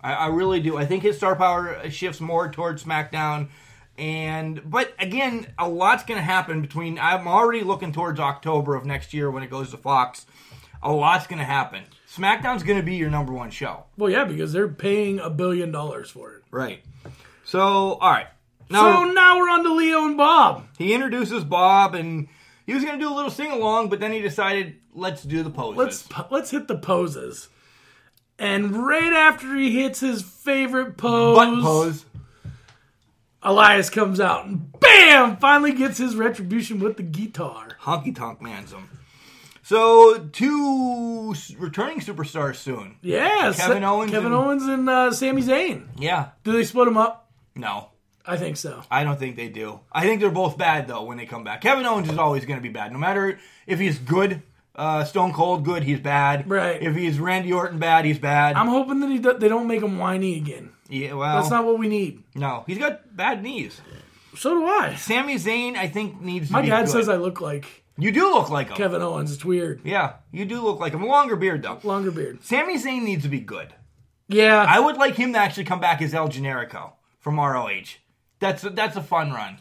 S2: I, I really do. I think his star power shifts more towards SmackDown. And but again, a lot's going to happen between. I'm already looking towards October of next year when it goes to Fox. A lot's going to happen. SmackDown's going to be your number one show,
S1: Well, yeah, because they're paying a billion dollars for it.
S2: right? So, all right.
S1: so now we're on to Leo and Bob.
S2: He introduces Bob, and he was going to do a little sing along, but then he decided, let's do the poses.
S1: Let's po- let's hit the poses. And right after he hits his favorite pose,
S2: butt pose.
S1: Elias comes out and bam! Finally gets his retribution with the guitar.
S2: Honky Tonk Man's him. So, two s- returning superstars soon.
S1: Yeah,
S2: Kevin
S1: Sa-
S2: Owens
S1: Kevin
S2: and-
S1: Owens and uh, Sami Zayn.
S2: Yeah.
S1: Do they split them up?
S2: No.
S1: I think so.
S2: I don't think they do. I think they're both bad though when they come back. Kevin Owens is always going to be bad, no matter if he's good, uh, Stone Cold good, he's bad.
S1: Right.
S2: If he's Randy Orton bad, he's bad.
S1: I'm hoping that he do- they don't make him whiny again.
S2: yeah, well,
S1: That's not what we need.
S2: no, he's got bad knees.
S1: So do I.
S2: Sami Zayn, I think needs.
S1: My
S2: to be
S1: dad
S2: good.
S1: says I look like
S2: you do look like him.
S1: Kevin Owens. It's weird.
S2: Yeah, you do look like him. Longer beard though.
S1: Longer beard.
S2: Sami Zayn needs to be good.
S1: Yeah.
S2: I would like him to actually come back as El Generico from ROH. That's a, that's a fun run.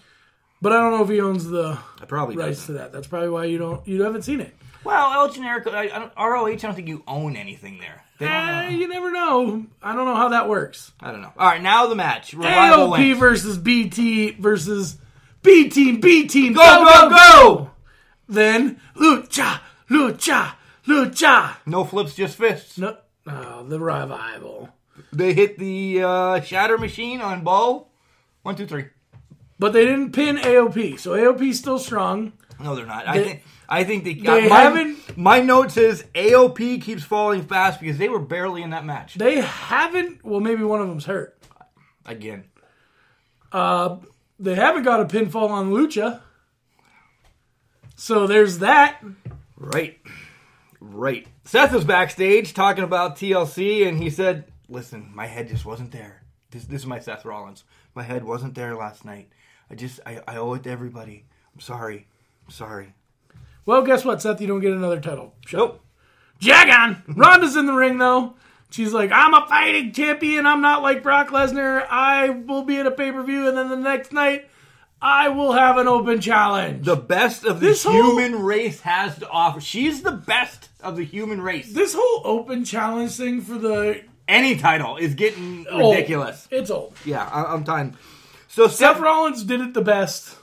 S1: But I don't know if he owns the
S2: I probably
S1: rights
S2: doesn't.
S1: to that. That's probably why you don't you haven't seen it.
S2: Well, El Generico, I, I don't, ROH. I don't think you own anything there. They don't
S1: Eh, you never know. I don't know how that works.
S2: I don't know. All right, now the match. Revival
S1: AOP
S2: wins.
S1: versus BT versus B team, B team.
S2: Go, go, go!
S1: Then lucha, lucha, lucha.
S2: No flips, just fists.
S1: No, oh, the revival.
S2: They hit the uh, shatter machine on Bo. One, two, three.
S1: But they didn't pin AOP, so AOP's still strong.
S2: No, they're not. I
S1: They-
S2: think. I think they, uh,
S1: They
S2: my,
S1: haven't-
S2: My note says AOP keeps falling fast because they were barely in that match
S1: They haven't. Well, maybe one of them's hurt.
S2: again.
S1: They haven't got a pinfall on Lucha. So there's that.
S2: Right, right. Seth was backstage talking about TLC, and he said, "Listen, my head just wasn't there. This, this is my Seth Rollins. My head wasn't there last night. I just, I, I owe it to everybody. I'm sorry. I'm sorry.
S1: Well, guess what, Seth? You don't get another title. Shut
S2: Nope."
S1: Jagan. Ronda's in the ring though. She's like, I'm a fighting champion. I'm not like Brock Lesnar. I will be at a pay per view, and then the next night, I will have an open challenge.
S2: the best of the
S1: This whole-
S2: human race has to offer. She's the best of the human race.
S1: this whole open challenge thing for the
S2: Any title is getting
S1: old.
S2: ridiculous.
S1: It's old.
S2: Yeah, I- I'm done. So
S1: Seth
S2: Seth,
S1: Rollins did it the best.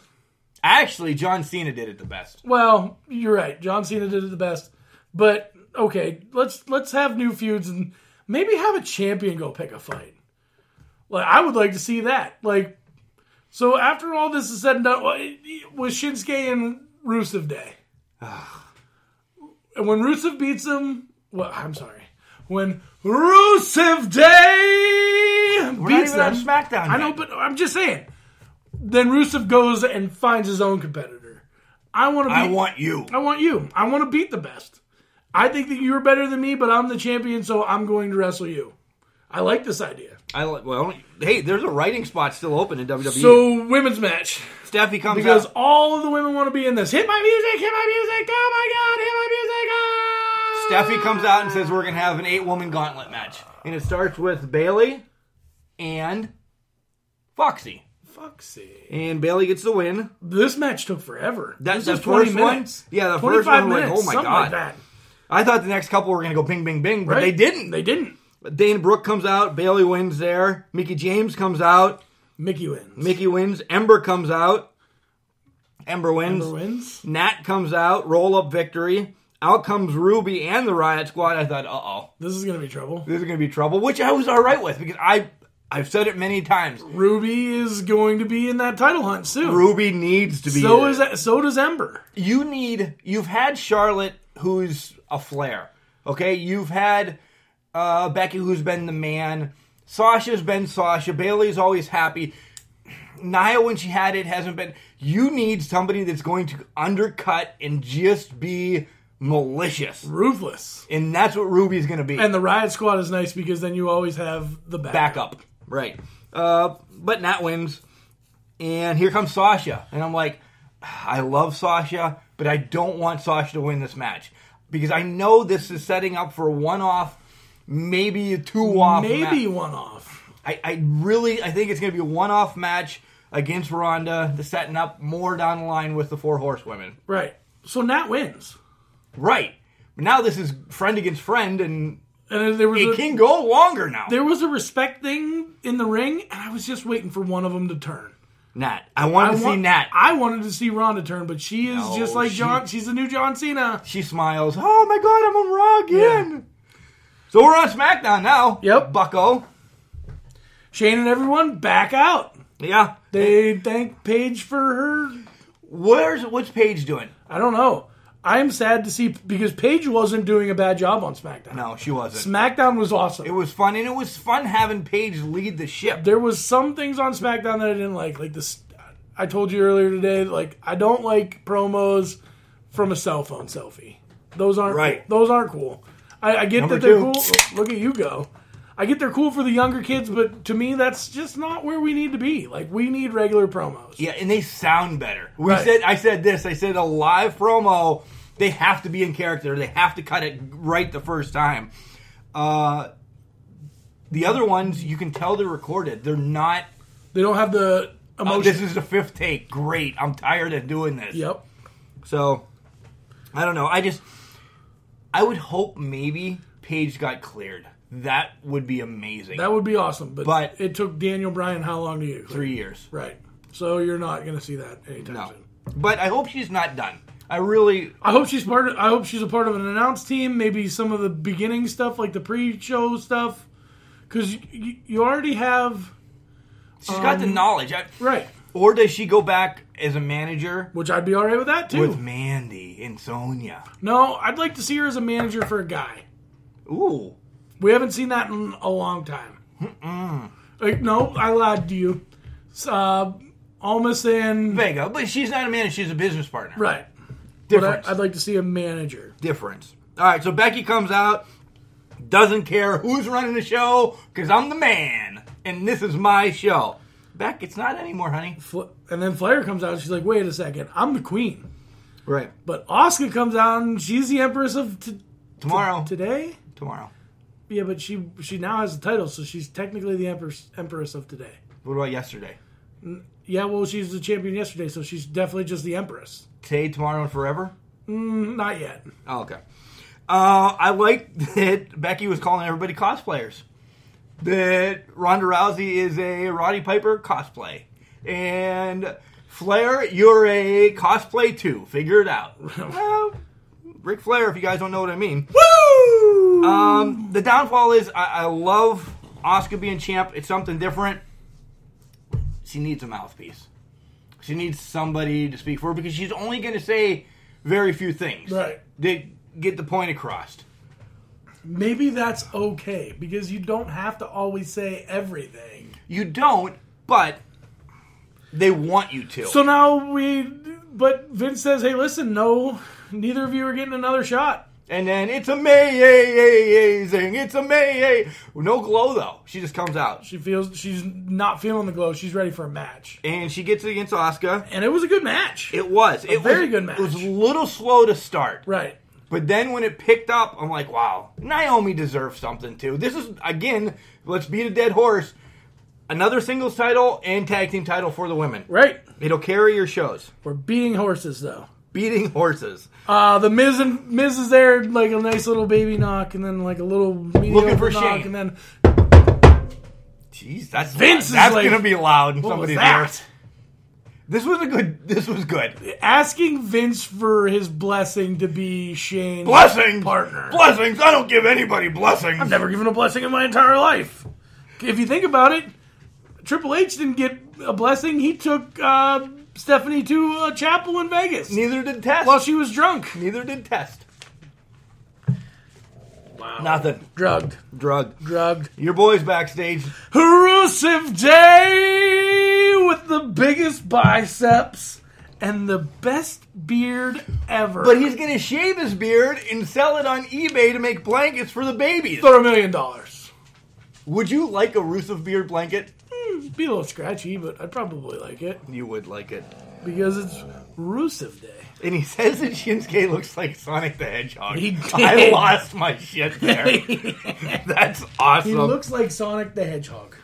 S2: actually, John Cena did it the best.
S1: Well, you're right. John Cena did it the best. But okay, let's let's have new feuds and maybe have a champion go pick a fight. Like I would like to see that. Like so after all this is said and done, well, it- it was Shinsuke and Rusev Day. and when Rusev beats him, well, I'm sorry. When Rusev Day
S2: We're
S1: beats
S2: not even
S1: him,
S2: on SmackDown.
S1: I know,
S2: yet.
S1: but I'm just saying. Then Rusev goes and finds his own competitor. I want to.
S2: I want you.
S1: I want you. I want to beat the best. I think that you're better than me, but I'm the champion, so I'm going to wrestle you. I like this idea.
S2: I like. Well, hey, there's a writing spot still open in E. WWE.
S1: So women's match
S2: Steffi comes
S1: because
S2: out.
S1: all of the women want to be in this. Hit my music! Hit my music! Oh my god! Hit my music! Ah!
S2: Steffi comes out and says we're gonna have an eight-woman gauntlet match, and it starts with Bailey and Foxy,
S1: Foxy.
S2: and Bailey gets the win.
S1: Ah! This match took forever.
S2: That-
S1: this
S2: the
S1: was 20
S2: first one?
S1: minutes.
S2: Yeah, the first
S1: 25
S2: one, like,
S1: minutes.
S2: oh my
S1: something
S2: God.
S1: Like that.
S2: I thought the next couple were going to go bing, bing, bing, but
S1: Right?
S2: they didn't.
S1: They didn't.
S2: Dana Brooke comes out. Bailey wins there. Mickey James comes out.
S1: Mickey wins.
S2: Mickey wins. Ember comes out. Ember wins.
S1: Ember wins.
S2: Nat comes out. Roll up victory. Out comes Ruby and the Riot Squad. I thought, uh oh,
S1: This is gonna be trouble.
S2: this is going to be trouble, which I was all right with because I I've said it many times.
S1: Ruby is going to be in that title hunt soon.
S2: Ruby needs to be.
S1: so
S2: there.
S1: is that, so does Ember.
S2: you need you've had Charlotte who's a flair. Okay? You've had uh Becky who's been the man. Sasha's been Sasha. Bailey's always happy. Nia when she had it hasn't been you need somebody that's going to undercut and just be malicious.
S1: Ruthless.
S2: And that's what Ruby's gonna be.
S1: And the Riot Squad is nice because then you always have the back.
S2: backup. Right. Uh but Nat wins. And here comes Sasha. And I'm like, I love Sasha, but I don't want Sasha to win this match. Because I know this is setting up for one off, maybe a two off
S1: Maybe one off.
S2: I, I really I think it's gonna be a one off match against Ronda, the setting up more down the line with the four horsewomen.
S1: Right. So Nat wins.
S2: Right. But now this is friend against friend and
S1: And there was
S2: it
S1: a,
S2: can go longer now.
S1: there was a respect thing in the ring, and I was just waiting for one of them to turn.
S2: Nat. I wanted to
S1: wa-
S2: see Nat.
S1: I wanted to see Ronda turn, but she is
S2: No,
S1: just like
S2: she-
S1: John. She's the new John Cena.
S2: She smiles. Oh my god, I'm on Raw again. So we're on SmackDown now.
S1: Yep.
S2: Bucko.
S1: Shane and everyone back out.
S2: Yeah.
S1: They thank Paige for her.
S2: Where's what's Paige doing?
S1: I don't know. I am sad to see because Paige wasn't doing a bad job on SmackDown.
S2: No, she wasn't.
S1: SmackDown was awesome.
S2: it was fun, and it was fun having Paige lead the ship.
S1: there was some things on SmackDown that I didn't like. Like this, I told you earlier today. Like I don't like promos from a cell phone selfie. Those aren't
S2: Right.
S1: Those aren't cool. I, I get
S2: Number
S1: that they're
S2: two.
S1: cool. Oh, Look at you go. I get they're cool for the younger kids, but to me, that's just not where we need to be. Like we need regular promos.
S2: Yeah, and they sound better. We
S1: Right.
S2: said I said this. I said a live promo. They have to be in character. They have to cut it right the first time. Uh, the other ones you can tell they're recorded. They're not.
S1: They don't have the emotion.
S2: Oh, this is the fifth take. Great. I'm tired of doing this.
S1: yep.
S2: So I don't know. I just I would hope maybe Paige got cleared. That would be amazing.
S1: That would be awesome. But,
S2: But-
S1: it took Daniel Bryan how long to you?
S2: three years.
S1: Right. So you're not going to see that anytime
S2: No.
S1: soon.
S2: But I hope she's not done. I really
S1: I hope she's part. Of, I hope she's a part of an announce team. Maybe some of the beginning stuff, like the pre-show stuff, because you, you already have
S2: she's got
S1: Um,
S2: the knowledge. I,
S1: right.
S2: Or does she go back as a manager
S1: Which I'd be all right with that too.
S2: with Mandy and Sonya?
S1: no, I'd like to see her as a manager for a guy.
S2: Ooh.
S1: We haven't seen that in a long time. Like, no, I lied to you. S- Uh, Almas and
S2: Vega, but she's not a manager, she's a business partner.
S1: right. But
S2: Difference.
S1: I, I'd like to see a manager.
S2: Difference. All right, so Becky comes out, doesn't care who's running the show, because I'm the man, and this is my show. Beck, it's not anymore, honey.
S1: Fla- And then Flair comes out. and She's like, "Wait a second, I'm the queen."
S2: Right.
S1: But Oscar comes out and she's the empress of t-
S2: Tomorrow.
S1: today.
S2: Tomorrow.
S1: Yeah, but she she now has the title, so she's technically the empress empress of today.
S2: What about yesterday?
S1: Yeah, well, she's the champion yesterday, so she's definitely just the empress. Mm,
S2: Today, tomorrow, and forever?
S1: Not yet.
S2: Oh, okay. Uh, I like that Becky was calling everybody cosplayers. That Ronda Rousey is a Roddy Piper cosplay. And Flair, you're a cosplay too. Figure it out. well, Ric Flair, if you guys don't know what I mean.
S1: Woo!
S2: Um, the downfall is I, I love Oscar being champ. It's something different. She needs a mouthpiece. She needs somebody to speak for her because she's only going to say very few things.
S1: Right.
S2: They get the point across.
S1: Maybe that's okay because you don't have to always say everything.
S2: You don't, but they want you to.
S1: So now we, but Vince says, "Hey, listen, no, neither of you are getting another shot."
S2: and then it's amazing. It's amazing. No glow though. She just comes out
S1: She feels she's not feeling the glow. She's ready for a match,
S2: and she gets it against Oscar.
S1: and it was a good match.
S2: It was. It
S1: very
S2: was,
S1: good match.
S2: It was a little slow to start.
S1: right.
S2: But then when it picked up, I'm like, wow, Naomi deserves something too. This is again, let's beat a dead horse. Another singles title and tag team title for the women.
S1: Right.
S2: It'll carry your shows.
S1: We're beating horses though.
S2: Beating horses.
S1: Uh, the Miz and Miz is there, like a nice little baby knock, and then like a little mediocre
S2: for
S1: knock, and
S2: Shane.
S1: then
S2: Jeez, that's
S1: Vince is
S2: that's
S1: like,
S2: gonna be loud in
S1: what was
S2: somebody's ear.
S1: that?
S2: This was a good. This was good.
S1: Asking Vince for his blessing to be Shane.
S2: Blessings,
S1: Partner.
S2: Blessings. I don't give anybody blessings.
S1: I've never given a blessing in my entire life. If you think about it, Triple H didn't get a blessing. He took uh, Stephanie to a chapel in Vegas
S2: Neither did Test.
S1: while she was drunk,
S2: Neither did Test. Wow. Nothing.
S1: drugged,
S2: Drug.
S1: drugged.
S2: Your boys backstage.
S1: Rusev Day with the biggest biceps and the best beard ever.
S2: But he's gonna shave his beard and sell it on eBay to make blankets for the babies.
S1: for a million dollars.
S2: Would you like a Rusev beard blanket?
S1: Hmm, Be a little scratchy, but I'd probably like it
S2: You would like it.
S1: because it's Rusev Day.
S2: And he says that Shinsuke looks like Sonic the Hedgehog.
S1: He
S2: I
S1: did.
S2: lost my shit there. That's awesome.
S1: He looks like Sonic the Hedgehog.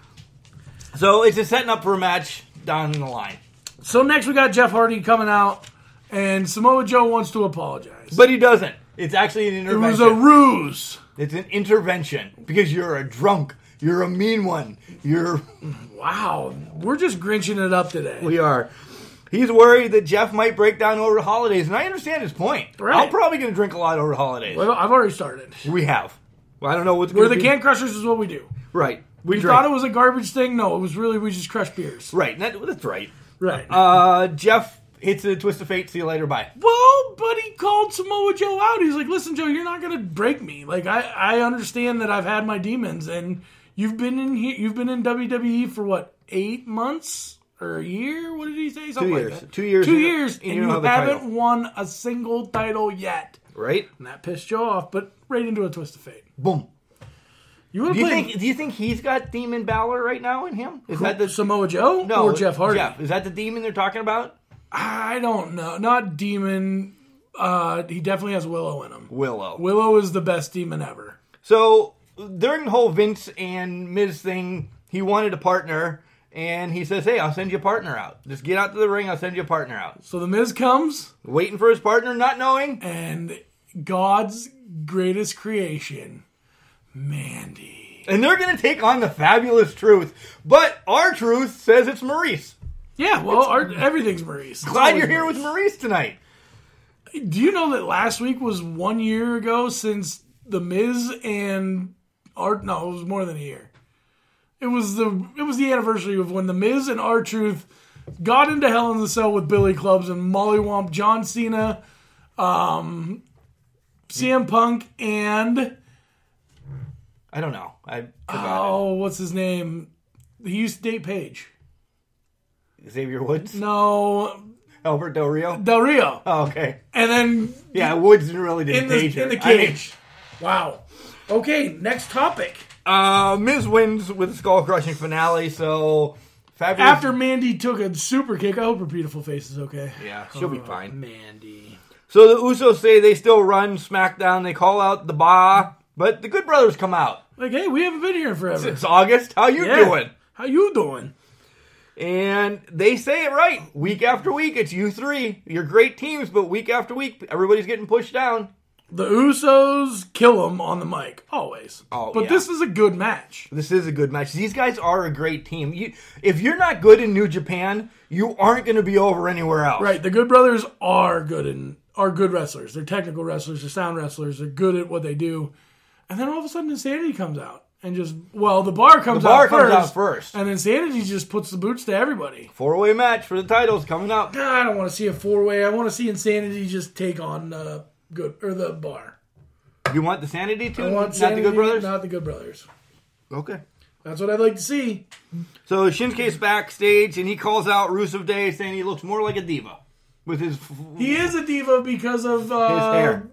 S2: so it's just setting up for a match down the line.
S1: So next we got Jeff Hardy coming out, and Samoa Joe wants to apologize.
S2: But he doesn't. It's actually an
S1: it was
S2: intervention.
S1: a ruse.
S2: it's an intervention because you're a drunk. You're a mean one. You're.
S1: Wow, we're just grinching it up today.
S2: We are. He's worried that Jeff might break down over the holidays, and I understand his point.
S1: Right.
S2: I'm probably going to drink a lot over the holidays.
S1: Well, I've already started.
S2: we have. Well, I don't know what's
S1: We're
S2: gonna
S1: the
S2: be-
S1: can crushers is what we do.
S2: Right. We
S1: You
S2: drink.
S1: thought it was a garbage thing? No, it was really we just crush beers.
S2: right. That, that's right.
S1: Right.
S2: Uh, Jeff hits a twist of fate. See you later. Bye.
S1: well, but he called Samoa Joe out. He's like, "Listen, Joe, you're not gonna break me. Like, I I understand that I've had my demons, and you've been in here. You've been in WWE for what eight months or a year? What did he say? Something like
S2: years.
S1: that.
S2: Two years,
S1: Two
S2: and you-
S1: years,
S2: and
S1: and
S2: you
S1: you
S2: don't have the
S1: haven't
S2: title.
S1: won a single title yet.
S2: Right.
S1: And that pissed Joe off. But right into a twist of fate.
S2: Boom.
S1: You would
S2: Do you
S1: have
S2: think?
S1: played
S2: Do you think he's got Demon Balor right now in him? Is that the
S1: Samoa Joe
S2: no?
S1: or Jeff Hardy?
S2: Jeff. Is that the demon they're talking about?
S1: I don't know. Not demon. Uh, he definitely has Willow in him.
S2: Willow.
S1: Willow is the best demon ever.
S2: So during the whole Vince and Miz thing, he wanted a partner, and he says, "Hey, I'll send you a partner out. Just get out to the ring. I'll send you a partner out."
S1: So the Miz comes,
S2: Waiting for his partner, not knowing.
S1: and God's greatest creation, Mandy.
S2: And they're going to take on the fabulous truth. But our truth says it's Maurice.
S1: Yeah, well, our, everything's Maurice. It's
S2: Glad
S1: always
S2: you're here with Maurice tonight.
S1: Do you know that last week was one year ago since the Miz and Art? No, it was more than a year. It was the it was the anniversary of when the Miz and R Truth got into Hell in the Cell with Billy Clubs and Molly Womp, John Cena, um, CM Punk, and
S2: I don't know. I forgot.
S1: oh, what's his name? He used to date Paige.
S2: Xavier Woods,
S1: No,
S2: Albert Del Rio.
S1: Del Rio,
S2: Oh, okay.
S1: and then
S2: Yeah, Woods really didn't
S1: in the
S2: page
S1: in
S2: her.
S1: the
S2: I mean,
S1: cage. Wow. Okay, next topic.
S2: uh, Miz wins with a skull crushing finale. So fabulous.
S1: After Mandy took a super kick, I hope her beautiful face is okay.
S2: yeah, she'll be fine.
S1: Mandy.
S2: So the Usos say they still run SmackDown. They call out the Ba, but the Good Brothers come out.
S1: Like, hey, we haven't been here in forever.
S2: It's August. How you
S1: Yeah.
S2: doing?
S1: How you doing?
S2: And they say it right week after week. It's you three. You're great teams, but week after week, everybody's getting pushed down.
S1: The Usos kill them on the mic, always.
S2: Oh,
S1: but
S2: yeah.
S1: this is a good match.
S2: This is a good match. These guys are a great team. You, if you're not good in New Japan, you aren't going to be over anywhere else.
S1: Right, the Good Brothers are good and are good wrestlers. They're technical wrestlers, they're sound wrestlers, they're good at what they do. And then all of a sudden Insanity comes out and just well, the bar comes
S2: bar
S1: out
S2: comes
S1: first.
S2: out first.
S1: And Insanity just puts the boots to everybody.
S2: Four way match for the titles coming up.
S1: I don't want to see a four way. I want to see Insanity just take on uh, good or the bar.
S2: You want the Sanity too?
S1: I want
S2: not
S1: Sanity,
S2: the Good Brothers?
S1: Not the Good Brothers.
S2: Okay.
S1: That's what I'd like to see.
S2: So Shinsuke's backstage and he calls out Rusev Day saying he looks more like a diva with his, f- his
S1: He is a diva because of uh,
S2: hair.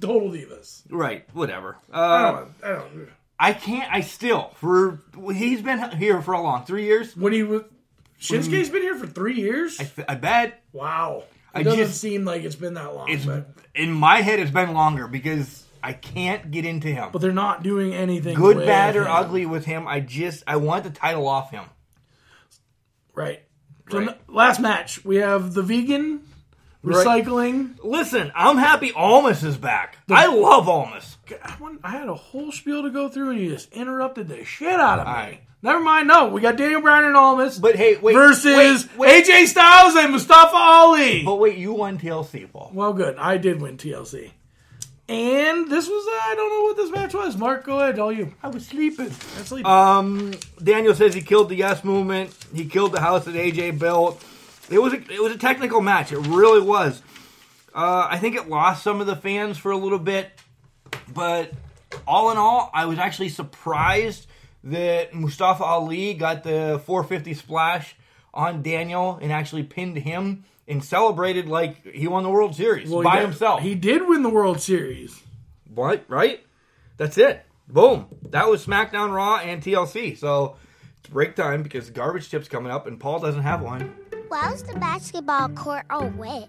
S1: Total Divas.
S2: Right, whatever.
S1: I
S2: Uh,
S1: don't. I don't.
S2: I can't, I still, for, he's been here for a long, three years?
S1: When he was Shinsuke's been here for three years.
S2: I, th- I bet.
S1: wow. It
S2: I
S1: doesn't
S2: just-
S1: seem like it's been that long.
S2: It's,
S1: but,
S2: in my head, it's been longer because I can't get into him.
S1: but they're not doing anything
S2: good,
S1: with
S2: bad, or
S1: him.
S2: ugly with him. I just I want the title off him.
S1: Right. So
S2: Right.
S1: n- last match we have the vegan recycling.
S2: Listen, I'm happy Almas is back. I love Almas.
S1: I, want, I had a whole spiel to go through, and you just interrupted the shit out of me.
S2: right.
S1: Never mind. No, we got Daniel Bryan and Almas
S2: But hey, wait
S1: versus
S2: wait, wait.
S1: AJ Styles and Mustafa Ali.
S2: But wait, you won TLC, Paul.
S1: Well, good. I did win TLC, and this was—I don't know what this match was. Mark, go ahead. All you.
S2: I was sleeping.
S1: That's leave.
S2: Um, Daniel says he killed the Yes Movement. He killed the house that AJ built. It was a, it was a technical match. It really was. Uh, I think it lost some of the fans for a little bit, but all in all, I was actually surprised that Mustafa Ali got the 450 splash on Daniel and actually pinned him and celebrated like he won the World Series
S1: Well, he
S2: by
S1: did-
S2: himself.
S1: He did win the World Series.
S2: What? Right? That's it. Boom. That was SmackDown Raw and TLC. So it's break time because garbage tip's coming up and Paul doesn't have one.
S5: Why was the basketball court all wet?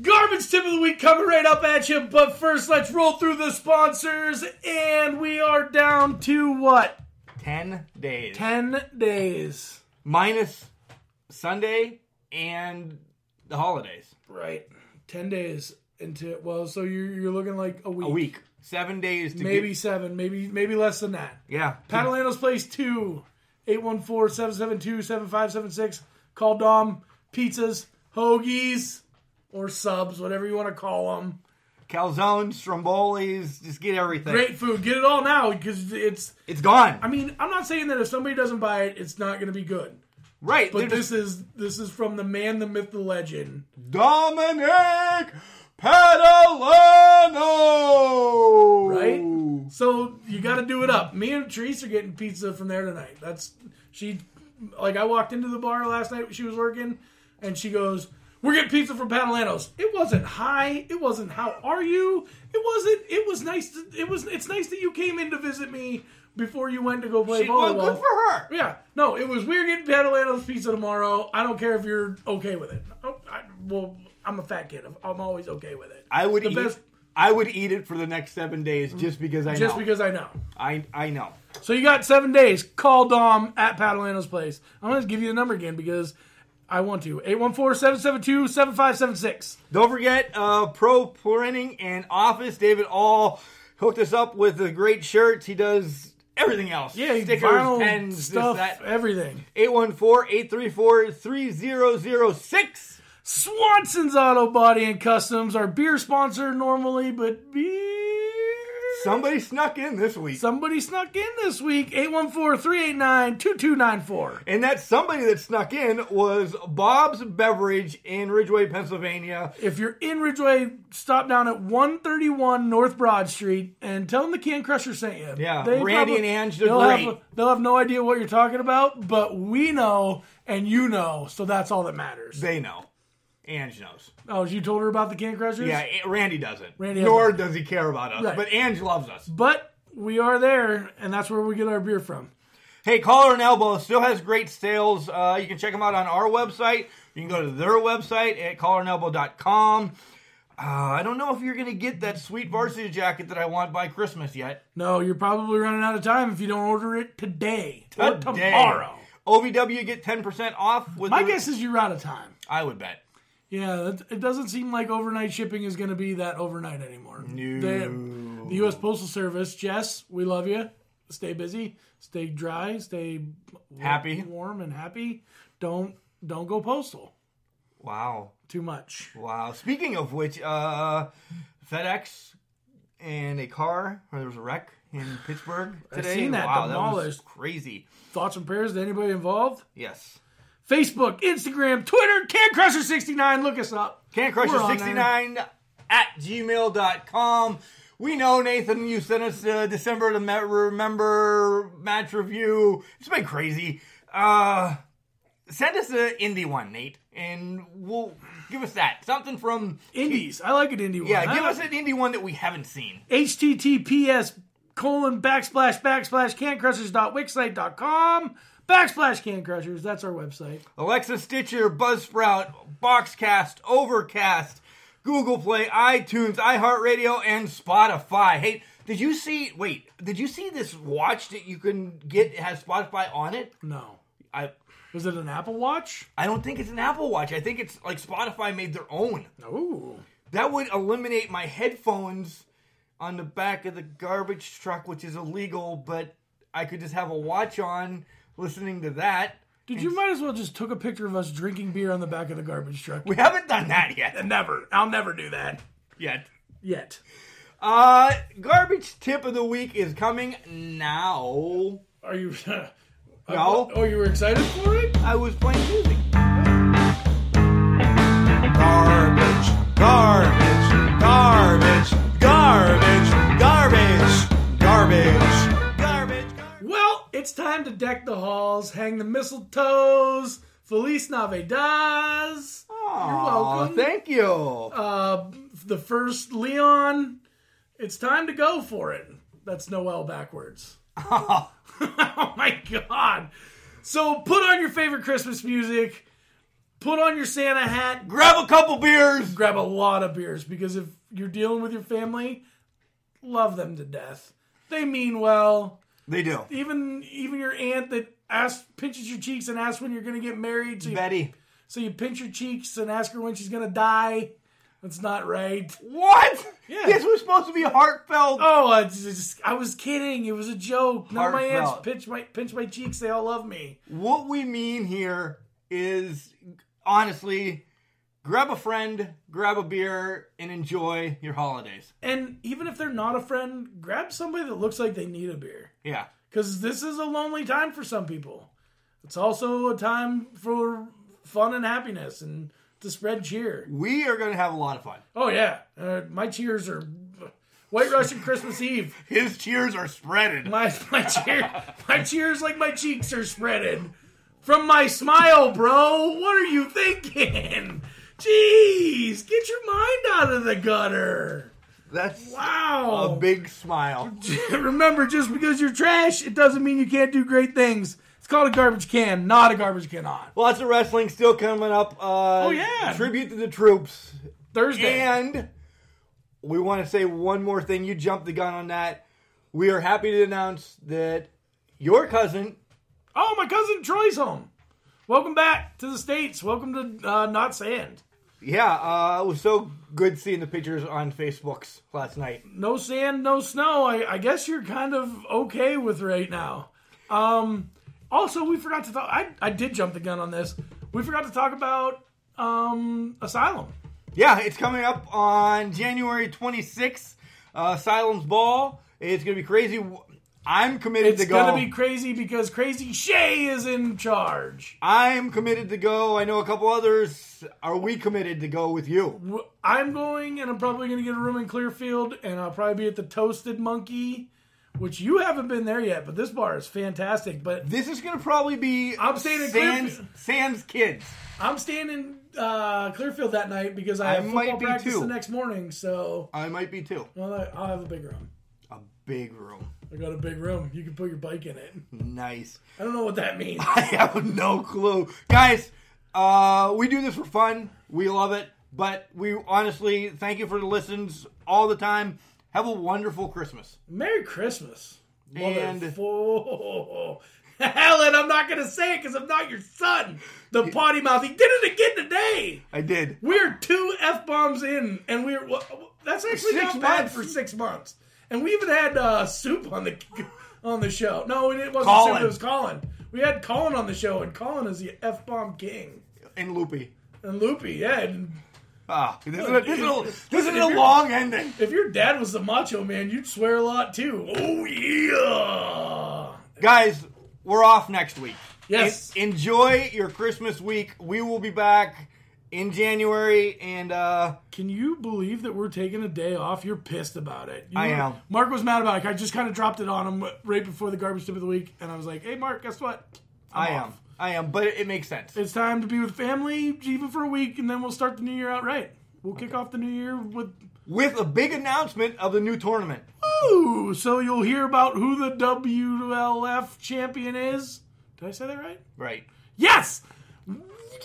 S1: Garbage tip of the week coming right up at you, but first let's roll through the sponsors, and we are down to what?
S2: 10 days.
S1: 10 days.
S2: Minus Sunday and the holidays.
S1: Right. 10 days into, well, so you're, you're looking like a week.
S2: A week. Seven days to
S1: Maybe
S2: Get,
S1: seven, maybe maybe less than that.
S2: yeah.
S1: Catalano's Place 2, 814-772-7576. Call Dom. Pizzas, hoagies, or subs, whatever you want to call them.
S2: Calzones, Strombolis, just get everything.
S1: Great food. Get it all now because it's.
S2: It's gone.
S1: I mean, I'm not saying that if somebody doesn't buy it, it's not going to be good.
S2: right.
S1: But
S2: they're
S1: this
S2: just-
S1: is this is from the man, the myth, the legend.
S2: Dominic Padalano.
S1: Right? So you got to do it up. Me and Therese are getting pizza from there tonight. That's she. Like I walked into the bar last night. She was working, and she goes, "We're getting pizza from Padalano's." It wasn't hi. It wasn't how are you. It wasn't. It was nice. To, it was. It's nice that you came in to visit me before you went to go play
S2: She, well,
S1: volleyball.
S2: good for her.
S1: Yeah, no, it was we're getting Padalano's pizza tomorrow. I don't care if you're okay with it. Oh, I, well, I'm a fat kid. I'm always okay with it.
S2: I would
S1: The
S2: eat.
S1: best- Mm-hmm.
S2: I would eat it for the next seven days just because I
S1: just
S2: know.
S1: because I know.
S2: I I know.
S1: So you got seven days. Call Dom at Padalano's place. I'm going to give you the number again because I want to. 814-772-7576.
S2: Don't forget, uh, Pro Printing and Office. David All hooked us up with the great shirts. He does everything else.
S1: Yeah, you
S2: stickers,
S1: vinyl,
S2: pens, this,
S1: stuff, eh.
S2: that.
S1: everything.
S2: 814-834-3006.
S1: Swanson's Auto Body and Customs, our beer sponsor normally, but beer...
S2: Somebody snuck in this week.
S1: Somebody snuck in this week. 814 389 2294.
S2: And that somebody that snuck in was Bob's Beverage in Ridgeway, Pennsylvania.
S1: If you're in Ridgeway, stop down at 131 North Broad Street and tell them the Can Crusher sent you.
S2: Yeah, Randy and Ange, they're
S1: they'll
S2: great.
S1: Have, they'll have no idea what you're talking about, but we know and you know, so that's all that matters.
S2: They know. Ange knows.
S1: Oh, you told her about the Can Crushers?
S2: Yeah, A- Randy doesn't.
S1: Randy
S2: Nor
S1: doesn't.
S2: does he care about us.
S1: Right.
S2: But Ange loves us.
S1: But we are there, and that's where we get our beer from.
S2: Hey, Collar and Elbow still has great sales. Uh, you can check them out on our website. You can go to their website at collarandelbow.com. Uh, I don't know if you're going to get that sweet varsity jacket that I want by Christmas yet.
S1: No, you're probably running out of time if you don't order it today or
S2: Today.
S1: tomorrow.
S2: OVW get 10% off with
S1: My
S2: the-
S1: guess is you're out of time.
S2: I would bet.
S1: Yeah, that- it doesn't seem like overnight shipping is going to be that overnight anymore. The, the U.S. Postal Service, Jess, we love you. Stay busy, stay dry, stay wa-
S2: Happy.
S1: warm and happy. Don't don't go postal
S2: Wow.
S1: too much.
S2: Wow. Speaking of which, uh, FedEx and a car, or there was a wreck in Pittsburgh today.
S1: seen that
S2: wow, that was
S1: demolished.
S2: crazy.
S1: Thoughts and prayers to anybody involved.
S2: Yes.
S1: Facebook, Instagram, Twitter, Can Crusher sixty nine. Look us up.
S2: Can't
S1: We're on there.
S2: 69 at gmail.com. We know, Nathan, you sent us uh, December to me- remember match review. It's been crazy. Uh, send us an indie one, Nate, and we'll give us that. Something from,
S1: Indies. I like it. Indie one.
S2: yeah,
S1: I
S2: give
S1: like-
S2: us an indie one that we haven't seen.
S1: https colon backslash backslash cancrushers.wixsite.com backslash cancrushers. That's our website.
S2: Alexa, Stitcher, Buzzsprout, Boxcast, Overcast, Google Play, iTunes, iHeartRadio, and Spotify. Hey, did you see? Wait, did you see this watch that you can get it has Spotify on it?
S1: No.
S2: I
S1: Is it an Apple Watch?
S2: I don't think it's an Apple Watch. I think it's like Spotify made their own.
S1: Ooh.
S2: That would eliminate my headphones on the back of the garbage truck, which is illegal. But I could just have a watch on, listening to that.
S1: Dude, you might as well just took a picture of us drinking beer on the back of the garbage truck.
S2: We haven't done that yet.
S1: Never. I'll never do that.
S2: Yet.
S1: Yet.
S2: Uh, garbage tip of the week is coming now.
S1: Are you uh,
S2: No,
S1: Oh, you were excited for it?
S2: I was playing music. Garbage, garbage, garbage, garbage, garbage, garbage, garbage.
S1: Well, it's time to deck the halls, hang the mistletoes. Feliz Navidad.
S2: Aw,
S1: welcome.
S2: Thank you.
S1: Uh, the first Leon. It's time to go for it. That's Noel backwards. oh my god. So put on your favorite Christmas music, put on your Santa hat,
S2: Grab a couple beers.
S1: grab a lot of beers because if you're dealing with your family, love them to death. They mean well.
S2: They do.
S1: Even even your aunt that asks pinches your cheeks and asks when you're gonna get married. So you,
S2: Betty.
S1: so you pinch your cheeks and ask her when she's gonna die. That's not right.
S2: What?
S1: Yeah.
S2: This was supposed to be heartfelt.
S1: Oh, I, just, I was kidding. It was a joke. Now my aunts
S2: Heartfelt.
S1: pinch my pinch my cheeks. They all love me.
S2: What we mean here is honestly, grab a friend, grab a beer, and enjoy your holidays.
S1: And even if they're not a friend, grab somebody that looks like they need a beer.
S2: Yeah.
S1: because this is a lonely time for some people. It's also a time for fun and happiness and to spread cheer.
S2: We are going to have a lot of fun.
S1: Oh yeah, uh, my cheers are White Russian Christmas Eve.
S2: His cheers are spreaded.
S1: My my cheer, my cheers like my cheeks are spreaded from my smile, bro. What are you thinking? Jeez, get your mind out of the gutter.
S2: That's
S1: Wow.
S2: a big smile.
S1: Remember, just because you're trash, it doesn't mean you can't do great things. It's called a garbage can, not a garbage can on.
S2: Lots of wrestling still coming up. Uh,
S1: Oh, yeah.
S2: Tribute to the troops.
S1: Thursday.
S2: And we want to say one more thing. You jumped the gun on that. We are happy to announce that your cousin,
S1: Oh, my cousin Troy's home. Welcome back to the States. Welcome to uh, Not Sand.
S2: yeah, uh, it was so good seeing the pictures on Facebooks last night.
S1: No sand, no snow. I, I guess you're kind of okay with right now. Um, also, we forgot to talk. I, I did jump the gun on this. We forgot to talk about um, Asylum.
S2: Yeah, it's coming up on January 26th. Uh, Asylum's Ball. It's going to be crazy. I'm committed
S1: It's
S2: to go.
S1: going to be crazy because Crazy Shay is in charge.
S2: I'm committed to go. I know a couple others. Are we committed to go with you?
S1: W- I'm going, and I'm probably going to get a room in Clearfield, and I'll probably be at the Toasted Monkey, which you haven't been there yet, but this bar is fantastic. But
S2: This is going to probably be
S1: I'm staying in
S2: Sans,
S1: Clearfield.
S2: Sans Kids.
S1: I'm staying in uh, Clearfield that night because I
S2: I
S1: have
S2: might
S1: football
S2: be
S1: practice
S2: too.
S1: the next morning. So
S2: I might be too.
S1: well, I- I'll have a big room.
S2: A big room.
S1: I got a big room. You can put your bike in it.
S2: Nice.
S1: I don't know what that means.
S2: I have no clue. Guys, uh, we do this for fun. We love it. But we honestly thank you for the listens all the time. Have a wonderful Christmas.
S1: Merry Christmas, Oh,
S2: And-
S1: motherfucker. Helen, I'm not gonna say it because I'm not your son. The potty mouth. He did it again today.
S2: I did.
S1: We're two f bombs in, and we're wha- wha- that's actually
S2: Six
S1: not bad
S2: months.
S1: for six months. And we even had uh, soup on the on the show. No, it wasn't
S2: Colin.
S1: soup. It was Colin. We had Colin on the show, and Colin is the f bomb king.
S2: And Loopy.
S1: And Loopy, yeah. And
S2: Ah, this is a, this is a, this is
S1: Listen,
S2: a
S1: if you're-
S2: long ending.
S1: if your dad was the Macho Man, you'd swear a lot too. Oh yeah.
S2: Guys, we're off next week.
S1: Yes.
S2: En- enjoy your Christmas week. We will be back in January and uh
S1: Can you believe that we're taking a day off? You're pissed about it. You
S2: I
S1: were-
S2: am.
S1: Mark was mad about it. I just kind of dropped it on him right before the garbage tip of the week, and I was like, "Hey, Mark, guess what?
S2: i
S1: I'm
S2: am.
S1: off.
S2: I am, but it, it makes sense.
S1: it's time to be with family, even for a week, and then we'll start the new year out right. We'll kick off the new year with
S2: With a big announcement of the new tournament.
S1: ooh. So you'll hear about who the WLF champion is. Did I say that right?
S2: Right.
S1: Yes,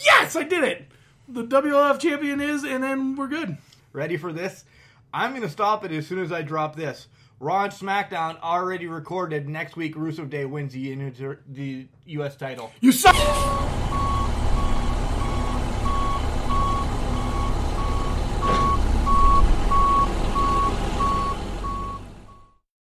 S1: yes, I did it. The WLF champion is, and then we're good.
S2: Ready for this? I'm going to stop it as soon as I drop this. Raw and SmackDown already recorded. Next week, Rusev Day wins the, inter- the U.S. title.
S1: You suck.